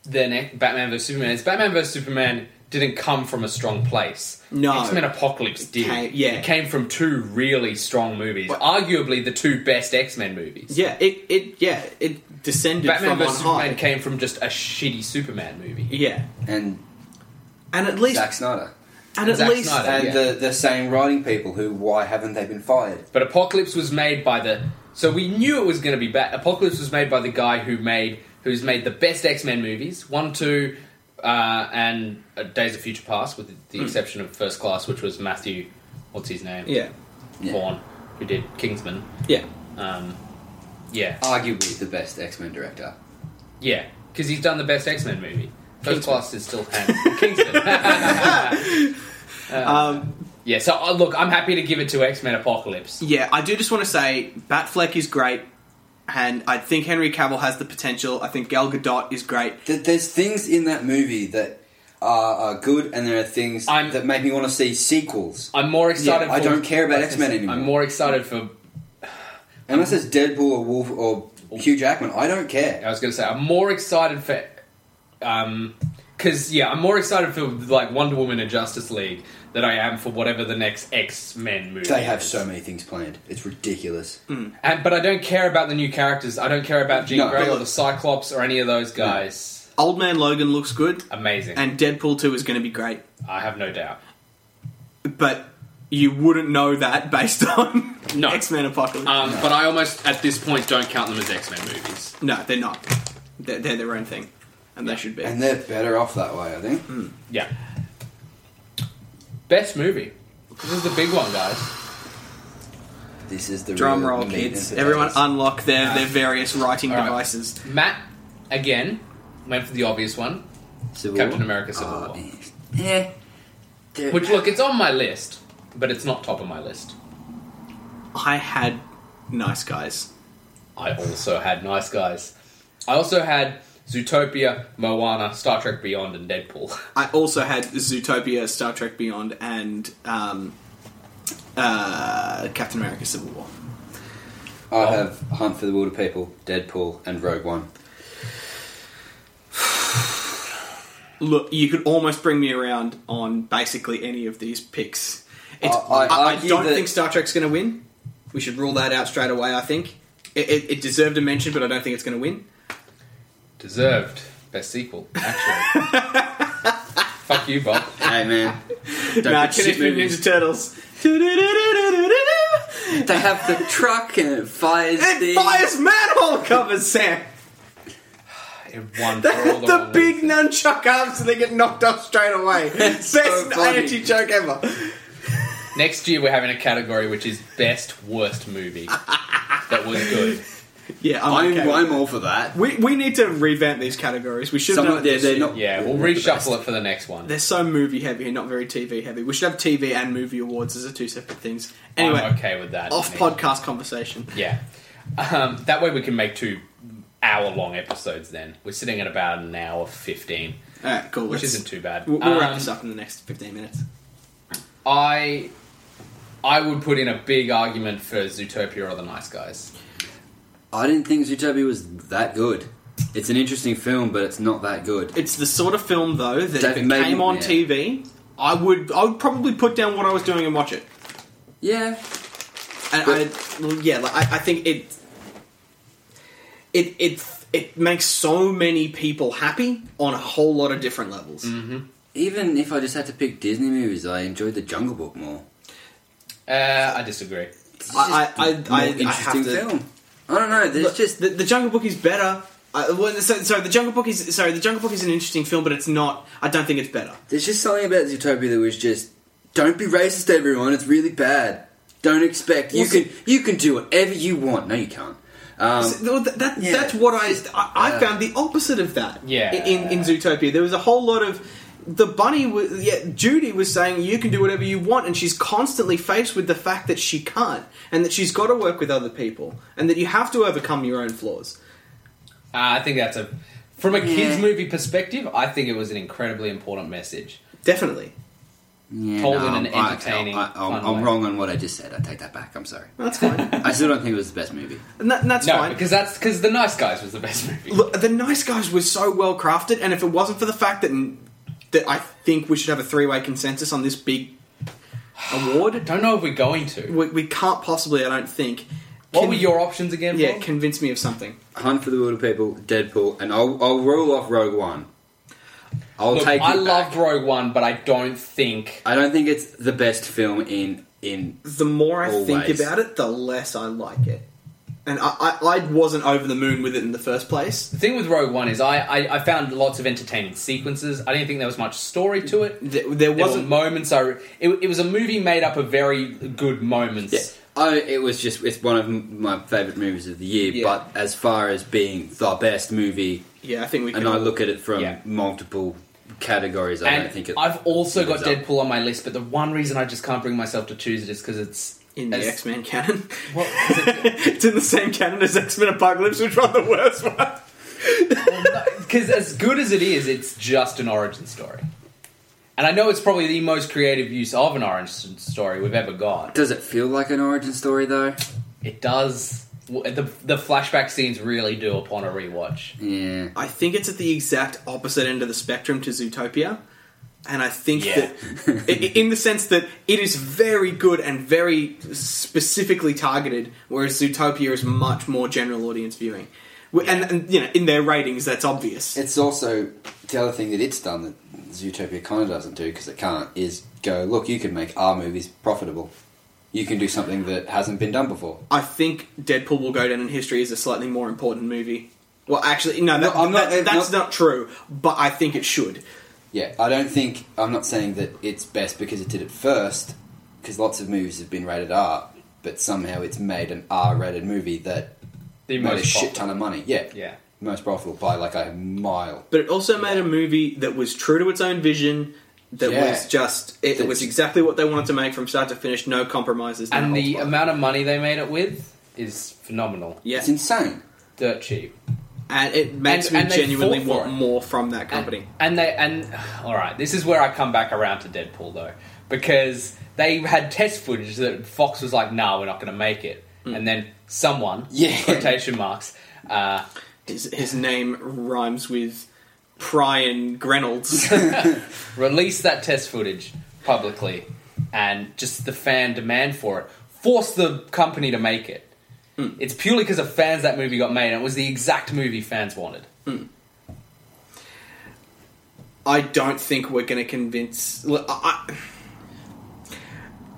than X- Batman vs Superman is Batman vs Superman didn't come from a strong place.
No.
X Men Apocalypse did.
came- yeah.
it came from two really strong movies,
But-
arguably the two best X Men movies.
Yeah, it, it yeah it descended
Batman
from
vs
on
Superman
high.
came from just a shitty Superman movie.
yeah,
and
and at least
Zack Snyder
and at
Zack
least
Snyder.
and
yeah.
the the same writing people who why haven't they been fired?
But Apocalypse was made by the so we knew it was going to be bad. Apocalypse was made by the guy who made who's made the best X Men movies one, two, uh, and uh, Days of Future Past, with the exception of First Class, which was Matthew, what's his name,
yeah
Hmm. Yeah.
Vaughn, who did Kingsman.
yeah
Um, yeah,
Arguably the best X Men director.
yeah, because he's done the best X Men movie. First
Kingsman.
Class is still hand- Kingsman.
um,
yeah, so uh, look, I'm happy to give it to X Men Apocalypse.
yeah. I do just want to say Batfleck is great, and I think Henry Cavill has the potential. I think Gal Gadot is great.
Th- There's things in that movie that are, are good, and there are things
I'm-
that make me want to see sequels.
I'm more excited.
Yeah, I
for,
don't care about X-Men anymore.
I'm more excited for
Unless it's Deadpool or Wolf or Hugh Jackman, I don't care.
I was going to say, I'm more excited for um, because yeah, I'm more excited for like Wonder Woman and Justice League than I am for whatever the next X Men movie.
They have
is.
so many things planned. It's ridiculous.
And, but I don't care about the new characters. I don't care about Jean
No,
Grey
but
or
look-
the Cyclops or any of those guys.
Old Man Logan looks good,
Amazing.
and Deadpool 2 is going to be great.
I have no doubt.
But you wouldn't know that based on
No.
X Men Apocalypse.
Um, But I almost at this point don't count them as X Men movies.
no, they're not. They're, they're their own thing, and they should be.
And they're better off that way, I think.
Yeah. Best movie. This is the big one, guys.
This is the
Drum
real
roll,
meat
kids!
and
Everyone, uh,
potatoes.
unlock their their various writing
All right.
devices.
Matt again went for the obvious one,
Civil
Captain
War?
America: Civil
Oh,
War.
Yeah. They're-
Which look, it's on my list, but it's not top of my list.
I had nice guys.
I also had Nice Guys. I also had Zootopia, Moana, Star Trek Beyond, and Deadpool.
I also had Zootopia, Star Trek Beyond, and um, uh, Captain America: Civil War.
I have Hunt for the Wilder People, Deadpool, and Rogue One.
Look, you could almost bring me around on basically any of these picks. It's,
I-
I,
I
I
argue
don't
that-
think Star Trek's going to win. We should rule that out straight away. I think it, it, it deserved a mention, but I don't think it's going to win.
Deserved best sequel, actually. Fuck you, Bob.
Hey man, don't
Nah,
put
Teenage
shit
Mutant
movies.
Ninja Turtles. Do-do-do-do-do-do-do-do.
They have the truck and it fires.
It
things.
fires manhole covers, Sam.
It won
They
for
have
all the,
the
wrong
big
reasons.
nunchuck arms, and they get knocked off straight away. Best
so funny.
anti joke ever.
Next year, we're having a category which is best worst movie that was good.
Yeah, I'm,
I'm,
okay.
I'm all for that.
we we need to revamp these categories. We should
Some
have done
of
it
them,
this
they're
year.
not-
Yeah, we'll
They're the
reshuffle it for the next one.
They're so movie heavy and not very TV heavy. We should have TV and movie awards as are two separate things. Anyway,
Oh,
I'm okay with that.
off
Nick.
podcast conversation.
Yeah. Um, that way we can make two hour long episodes then. We're sitting at about an hour 15,
All right, cool.
which
let's-
isn't too bad.
We'll, we'll wrap
Um,
this up in the next fifteen minutes.
I I would put in a big argument for Zootopia or the Nice Guys.
I didn't think Zootopia was that good. It's an interesting film, but it's not that good.
It's the sort of film though that if
That
it
made-
came on
yeah.
TV, I would I would probably put down what I was doing and watch it.
Yeah,
And I, well, yeah, like, I, I think it, it, it, it makes so many people happy on a whole lot of different levels.
even if I just had to pick Disney movies, I enjoyed The Jungle Book more.
Uh, I disagree.
It's
I-
just
I- I-
a more
I- I have
interesting
to-
film. I don't know. There's
Look,
just
the, the Jungle Book is better. Uh, well, so, sorry, the Jungle Book is sorry. The Jungle Book is an interesting film, but it's not. I don't think it's better.
there's just something about Zootopia that was just don't be racist, everyone. It's really bad. Don't expect you
Well, see-
can you can do whatever you want. No, you can't. Um,
So, well, th- that-
yeah. uh,
That's what I I, I
Yeah.
found the opposite of that.
Yeah.
In in Zootopia, there was a whole lot of the bunny. Was, yeah, Judy was saying you can do whatever you want, and she's constantly faced with the fact that she can't, and that she's got to work with other people, and that you have to overcome your own flaws.
Uh, I think that's a. From a kids'
Yeah.
movie perspective, I think it was an incredibly important message.
Definitely,
yeah,
told in
no,
an
I-
entertaining
I,
fun
am I'm
way.
wrong on what I just said. I take that back. I'm sorry.
that's fine,
I still don't think it was the best movie.
and, that, and that's
no,
fine.
because that's because the Nice Guys was the best movie.
Look, the Nice Guys was so well crafted, and if it wasn't for the fact that that I think we should have a three way consensus on this big award,
Don't know if we're going to.
we, we can't possibly. I don't think.
What
Can-
were your options again?
Yeah,
Paul?
convince me of something.
Hunt for the Wilder People, Deadpool, and I'll, I'll roll off Rogue One. I'll
Look,
take.
I
it
love
back.
Rogue One, but I don't think
I don't think it's the best film in in.
The more I think
Always.
about it, the less I like it. And I, I, I wasn't over the moon with it in the first place.
the thing with Rogue One is I, I, I found lots of entertaining sequences. I didn't think there was much story to it.
There, there
There
wasn't.
were moments I. Re- it, it was a movie made up of very good moments.
Yeah, I, it was just it's one of m- my favorite movies of the year.
Yeah.
But as far as being the best movie,
yeah, I think we can.
and I look at it from
Yeah.
multiple categories, I don't
And
think it.
I've also got
lives up.
Deadpool on my list, but the one reason I just can't bring myself to choose it is because it's
in the
as-
X Men canon.
What-
it's in the same canon as X Men Apocalypse, which was the worst one.
Because as good as it is, it's just an origin story. And I know it's probably the most creative use of an origin story we've ever got.
Does it feel like an origin story though?
It does. w- the the flashback scenes really do upon a rewatch.
Yeah.
I think it's at the exact opposite end of the spectrum to Zootopia. And I think
Yeah.
that, i- i- in the sense that it is very good and very specifically targeted, whereas Zootopia is much more general audience viewing. W- And, and you know, in their ratings, that's obvious.
It's also the other thing that it's done that Zootopia kind of doesn't do because it can't is go look. You can make our movies profitable. You can do something that hasn't been done before.
I think Deadpool will go down in history as a slightly more important movie. Well, actually, no, that,
No, I'm not-
that- that's
no-
not true. But I think it should.
Yeah, I don't think I'm not saying that it's best because it did it first because lots of movies have been rated R, but somehow it's made an R-rated movie that
The
made a
most
shit
pop-
ton of money. Yeah,
Yeah.
most profitable by like a mile.
But it also made a movie that was true to its own vision. That
Yeah.
was just it,
That's-
was exactly what they wanted to make from start to finish. No compromises. no
And
holds
the
barred.
amount of money they made it with is phenomenal.
yeah,
It's insane.
Dirt cheap.
and it makes
and-
me
and they
genuinely
fought for
want
it.
more from that
And-
company.
And, they and all right, this is where I come back around to Deadpool though, because they had test footage that Fox was like, "Nah, we're not going to make it,"
Hmm.
and then someone,
Yeah.
quotation marks, uh,
His, his name rhymes with Brian Reynolds.
released that test footage publicly, and just the fan demand for it forced the company to make it.
Hmm.
It's purely because of fans that movie got made, and it was the exact movie fans wanted.
I don't think we're going to convince. look, I,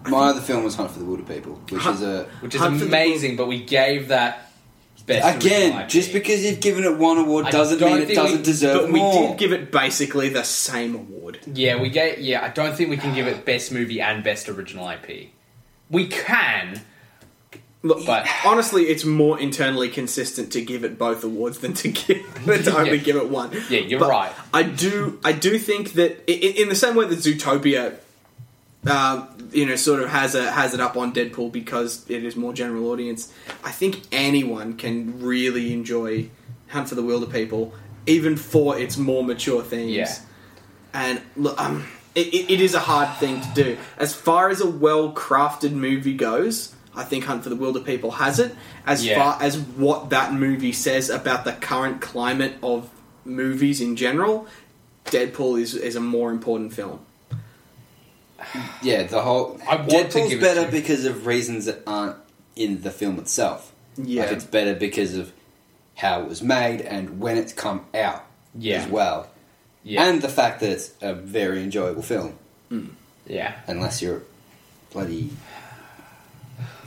I-
My other film was Hunt for the Wilder People, which is a
which is
Hunt for the-
amazing. But we gave that best original
again
IP.
just because you've given it one award
I
doesn't
don't
mean it
think we-
doesn't deserve
but we
more.
did give it basically the same award.
yeah, we gave yeah. I don't think we can give it best movie and best original IP. We can.
Look,
But-
honestly, it's more internally consistent to give it both awards than to give than to only
Yeah.
give it one.
Yeah, you're
But
right.
I do, I do think that i- i- in the same way that Zootopia, uh, you know, sort of has a has it up on Deadpool because it is more general audience. I think anyone can really enjoy Hunt for the Wilder People, even for its more mature themes.
Yeah.
And look, um, it, it, it is a hard thing to do. As far as a well crafted movie goes, I think Hunt for the Wilder People has it. As
Yeah.
far as what that movie says about the current climate of movies in general, Deadpool is, is a more important film.
Yeah, the whole
I want to
Deadpool's
give it
better
to-
because of reasons that aren't in the film itself.
Yeah.
like it's better because of how it was made and when it's come out
Yeah.
as well,
Yeah,
and the fact that it's a very enjoyable film.
yeah.
Unless you're a bloody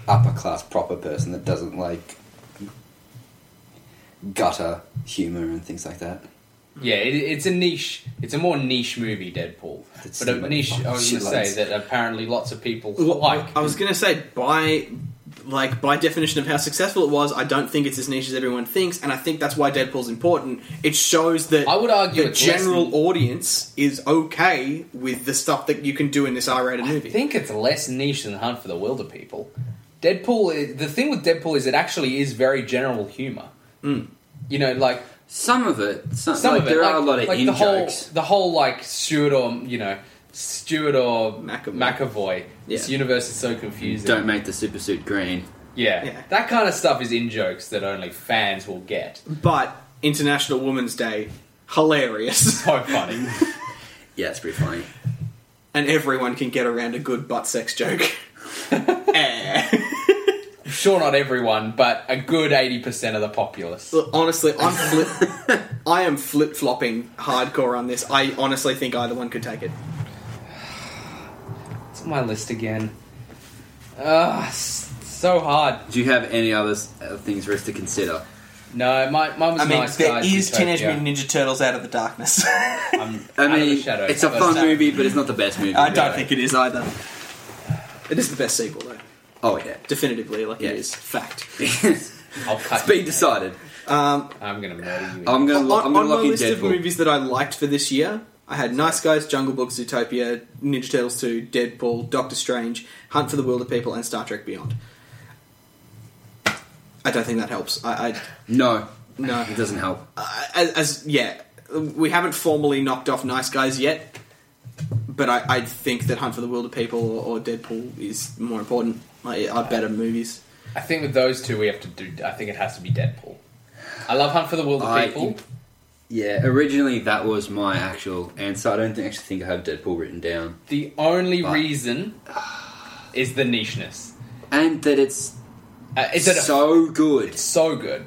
upper class proper person that doesn't like gutter humor and things like that.
Yeah, it, it's a niche. It's a more niche movie, Deadpool.
It's
but a
like
niche. I was going to
shitloads.
say that apparently lots of people
Well,
like.
I was gonna say by like by definition of how successful it was, I don't think it's as niche as everyone thinks, and I think that's why Deadpool's important. It shows that
I would argue
the
it's less
general
than-
audience is okay with the stuff that you can do in this R-rated
I
movie.
think it's less niche than Hunt for the Wilder People. Deadpool. i- The thing with Deadpool is it actually is very general humor.
Hmm.
You know, like
Some of it, some,
some
like,
of it.
there
like,
are a lot of
like
in
the
jokes.
Whole, the whole like Stewart or you know Stewart or
McAvoy.
This
Yeah.
universe is so confusing.
Don't make the super suit green.
yeah.
Yeah.
that kind of stuff is in jokes that only fans will get.
but International Women's Day, hilarious,
So funny.
Yeah, it's pretty funny.
and everyone can get around a good butt sex joke. Eh.
sure, not everyone, but a good eighty percent of the populace.
Look, honestly, I'm flip. I am flip flopping hardcore on this. I honestly think either one could take it.
It's on my list again. Ah, s so hard.
Do you have any other uh, things for us to consider?
No, my mine was
I mean,
nice.
there
Guys,
is Teenage
Utopia.
Mutant Ninja Turtles Out of the Darkness. I
I'm
I
out of the
mean,
shadows.
it's a
But-
fun movie, but it's not the best movie.
don't
Yeah.
think it is either. It is the best sequel, though.
Oh yeah,
Definitively, like
Yeah.
it is fact.
it's
I'll cut. you,
been
mate.
decided.
I'm gonna murder you.
I'm gonna,
on
lo- I'm gonna
on
lock
my
in
list of
Deadpool.
movies that I liked for this year, I had Nice Guys, Jungle Book, Zootopia, Ninja Turtles 2, Deadpool, Doctor Strange, Hunt for the Wilder People, and Star Trek Beyond. I don't think that helps. I, I
No,
no.
it doesn't help.
uh, as, as yeah, we haven't formally knocked off nice guys yet, but I, I think that Hunt for the Wilder People or, or Deadpool is more important. Like, are better movies.
I think with those two, we have to do. I think it has to be Deadpool. I love Hunt for the Wilder
I-
People.
Yeah, originally that was my actual answer. I don't think, actually think I have Deadpool written down.
The only
But-
reason is the nicheness.
And that it's
Uh, it's a-
so good.
so good.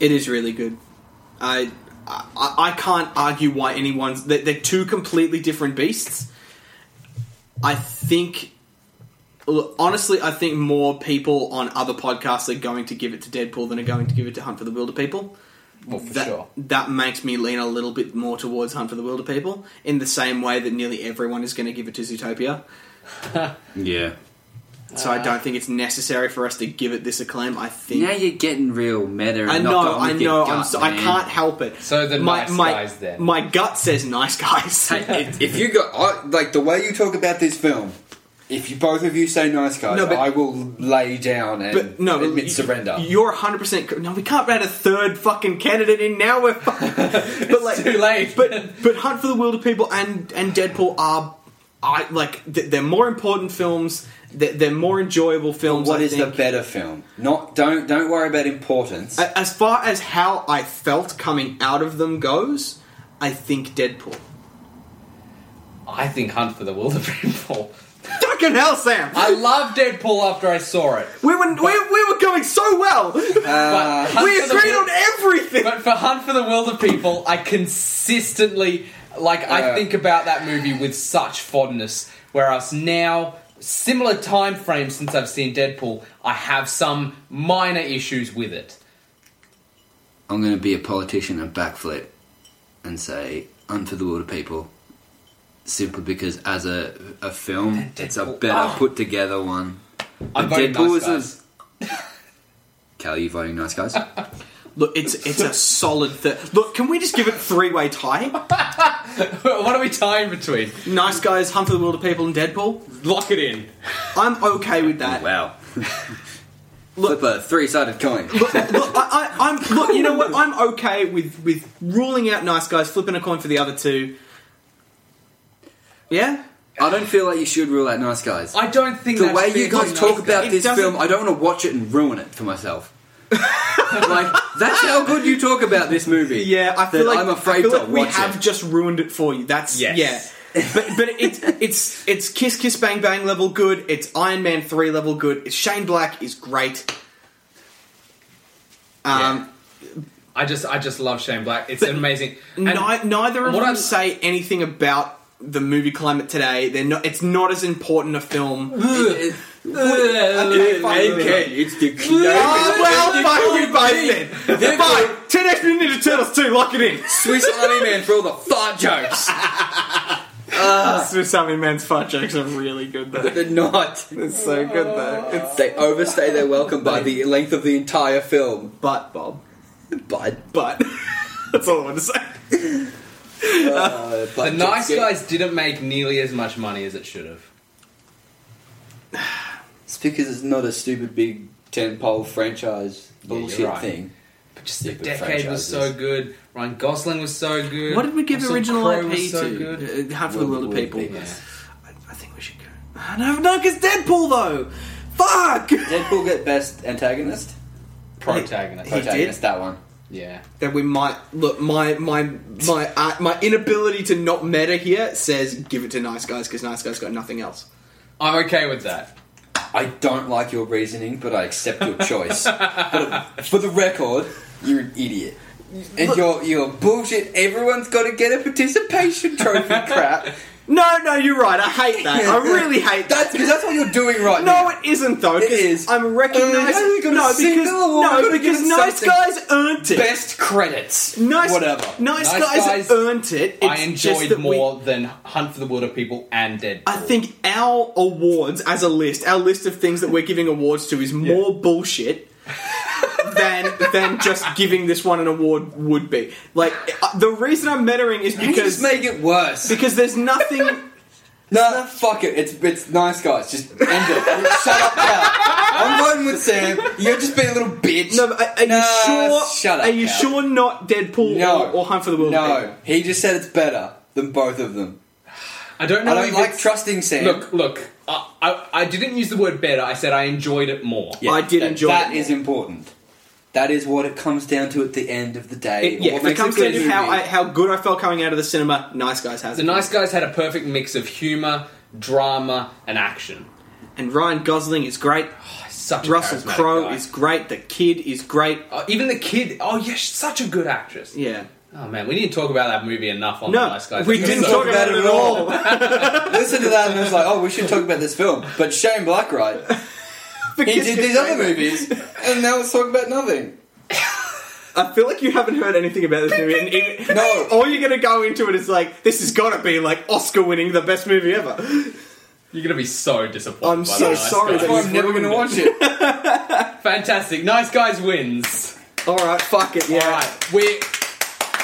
It is really good. I I, I can't argue why anyone's they're, they're two completely different beasts. I think look, honestly, I think more people on other podcasts are going to give it to Deadpool than are going to give it to Hunt for the Wilder People.
Well, for
that,
sure.
That makes me lean a little bit more towards Hunt for the Wilder People in the same way that nearly everyone is going to give it to Zootopia.
Yeah.
So I
Uh.
don't think it's necessary for us to give it this acclaim. I think
Now you're getting real meta. And
I
not
know,
going
I
with your
know. I'm
gut,
so, I
man.
can't help it.
So the nice
my,
guys then.
My gut says nice guys.
Hey, if, if you got I, like the way you talk about this film, if you both of you say nice guys,
No, but-
I will lay down and
but no,
admit
you-
surrender.
You're 100. percent No, we can't add a third fucking candidate in now. We're fucking. but like,
too late.
But but Hunt for the Wilder People and and Deadpool are, I like th- they're more important films. They're, they're more enjoyable films.
what
I
is the
think.
better film? Not don't don't worry about importance.
A- As far as how I felt coming out of them goes, I think Deadpool.
I think Hunt for the Wilder People.
Fucking hell, Sam!
I love Deadpool after I saw it.
we were we, we were going so well.
But Hunt
Uh, we
for the
agreed
Wil-
on everything.
But for Hunt for the Wilder People, I consistently like I
Uh.
think about that movie with such fondness. Whereas now, similar time frame since I've seen Deadpool, I have some minor issues with it.
I'm going to be a politician and backflip and say unto the world of people, simply because as a a film, it's a
Deadpool-
better
oh.
put together one.
I'm
But
voting nice
is a- Cal, you voting nice guys?
Look, it's it's a solid. Th- Look, can we just give it three way tie?
what are we tying between?
Nice guys, Hunt for the Wilder People, and Deadpool.
Lock it in.
I'm okay with that.
wow. Flip a three-sided coin.
Look, look, I, I, I'm look. You know what? I'm okay with with ruling out nice guys, flipping a coin for the other two. Yeah,
I don't feel like you should rule out nice guys.
I don't think
the
that's
way
fair
you guys
to
talk
Nice
about
Guys.
It
this
doesn't-
film, I don't want to watch it and ruin it for myself. like that's how good you talk about this movie.
yeah. I feel
Then
like
I'm afraid
I feel
to
like we
watch
have
it.
just ruined it for you. That's
Yes.
yeah. but but it's it's it's kiss kiss bang bang level good. It's Iron Man three level good. It's Shane Black is great. Um,
I just I just love Shane Black. It's an amazing. And
Ni- neither of
what
them
I'm-
say anything about the movie climate today. They're not. It's not as important a film.
It-
Okay, fine.
it's the
Oh, well, fine, we both then. Fine. 10 X Men Ninja Turtles 2, lock it in.
Swiss Army Man for all the fart jokes.
Swiss Army Man's fart jokes are really good, though.
They're not.
It's so good, though. It's
They overstay their welcome by the length of the entire film.
butt, Bob.
But
Butt. That's all I want to say.
uh,
the
but
nice
just-
guys didn't make nearly as much money as it should have.
It's because it's not a stupid big tentpole franchise
you're
bullshit
right.
thing.
But just the
Stupid
decade was so
franchises.
good. Ryan Gosling was so good.
What did we give
Russell
original
Crowe
IP
was so
to?
Good.
Uh, Half of the World of People.
People.
I, I think we should go. I don't know, because Deadpool, though. Fuck!
Deadpool get best antagonist.
Protagonist.
He-
Protagonist, that one.
yeah.
That we might look my my my uh, my inability to not meta here says give it to nice guys because nice guys got nothing else.
I'm okay with that.
I don't like your reasoning, but I accept your choice. but for the record, you're an idiot. And you're, you're bullshit. Everyone's got to get a participation trophy crap.
No, no, you're right. I hate that. I really hate that.
That's because that's what you're doing right
No,
now.
it Uh, isn't though. 'cause
It is.
I'm
I
recognizing
haven't got a
no because
single award. I
no
could've
because
given
nice
something.
guys earned it.
Best credits.
nice
Whatever.
Nice,
Nice
guys,
Guys-
earned it. It's
I
just
enjoyed
that we-
more than Hunt for the Wilder People and Deadpool.
I think our awards as a list, our list of things that we're giving awards to, is more bullshit than than just giving this one an award would be. Like uh, the reason I'm mettering is
You just
because
make it worse.
because there's nothing.
No, fuck it. It's it's nice, guys. Just end it. shut up now. I'm voting with Sam. You're just being a little bitch.
No, but uh, are, are
Nah,
you sure?
shut up,
are you
Cal.
sure not Deadpool
No.
or, or Hunt for the World?
no, he just said it's better than both of them.
I don't know.
I don't
if
like
it's-
trusting Sam.
Look, look. I, I, I didn't use the word better. I said I enjoyed it more.
I did
that,
enjoy
That
it.
is important. That is what it comes down to at the end of the day.
It- yeah,
What
if it
makes
comes
a
down
good
to how,
movie.
I, how good I felt coming out of the cinema, Nice Guys has
The
it.
Nice Guys had a perfect mix of humor, drama, and action.
And Ryan Gosling is great.
Oh,
Such a
Russell
charismatic
Crowe
guy.
is great. The kid is great.
Oh, even the kid. Oh, yeah, she's such a good actress.
Yeah.
Oh man, we didn't talk about that movie enough on
No,
the Nice Guys.
we didn't talk about it at all.
Listen to that and it's like, oh, we should talk about this film. But Shane Blackright, he did these other movies, and now let's talk about nothing.
I feel like you haven't heard anything about this movie. And it,
No.
all you're going to go into it is like, this has got to be like Oscar winning the best movie ever.
You're gonna be so disappointed.
I'm
by
so
the nice
sorry
Guys.
That's why I'm never going to watch it.
Fantastic. Nice Guys wins.
All right, fuck it. Yeah.
All right, we're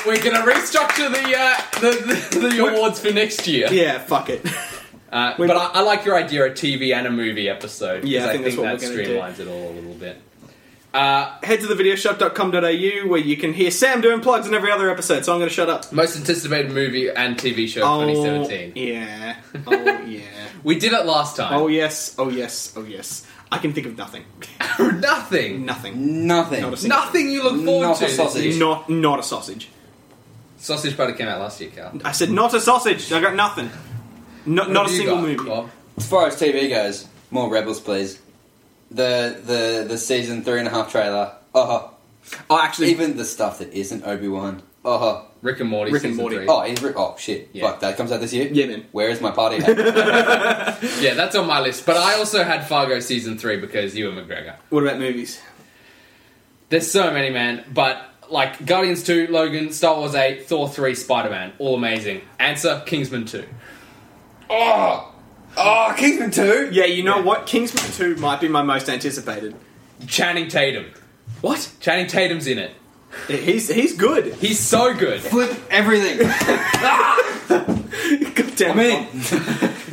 we're gonna restructure the uh, the, the, the awards for next year.
Yeah, fuck it.
Uh,
We-
but I, I like your idea of TV and a movie episode. 'cause
Yeah, I think that's what
that
we're gonna
streamlines it all a little bit. Uh,
Head to the videoshop.com.au where you can hear Sam doing plugs in every other episode, so I'm going to shut up.
most anticipated movie and TV show of
Oh,
2017.
yeah. Oh, yeah.
We did it last time.
oh, yes. Oh, yes. Oh, yes. I can think of nothing.
nothing.
Nothing.
Nothing.
Oh. Not a single
Nothing you look forward
Not
to.
a sausage.
Not not a sausage.
Sausage Butter came out last year, Carl.
I said not a sausage. I got nothing. Not, not a
What have you
single
got,
movie.
Bob?
As far as TV goes, more Rebels, please. The the the season three and a half trailer. Oh,
Oh, actually,
even the stuff that isn't Obi Wan. Oh,
Rick and Morty.
Rick and
season
Morty.
Three.
oh, he's re- oh shit.
Yeah.
Fuck, that comes out this year.
Yeah, man.
Where is my party? hat?
Yeah, that's on my list. But I also had Fargo season three because you and McGregor.
what about movies?
There's so many, man. But like Guardians two, Logan, Star Wars eight, Thor three, Spider Man, all amazing. Answer: Kingsman two.
oh, oh, Kingsman two.
Yeah, you know what? Kingsman 2 might be my most anticipated.
Channing Tatum.
What?
Channing Tatum's in it.
He's he's good.
He's so good.
Flip everything.
God damn
I mean,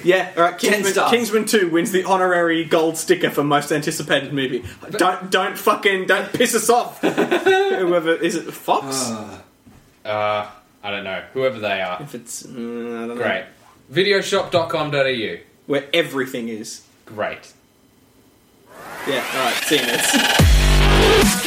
Yeah, alright, Kingsman,
stars.
Kingsman 2 wins the honorary gold sticker for most anticipated movie. Don't don't fucking don't piss us off. Whoever is it Fox?
Uh, I don't know. Whoever they are.
if it's mm, I don't know.
Great. Videoshop.com.au.
Where everything is.
Great.
Yeah, alright, see you next.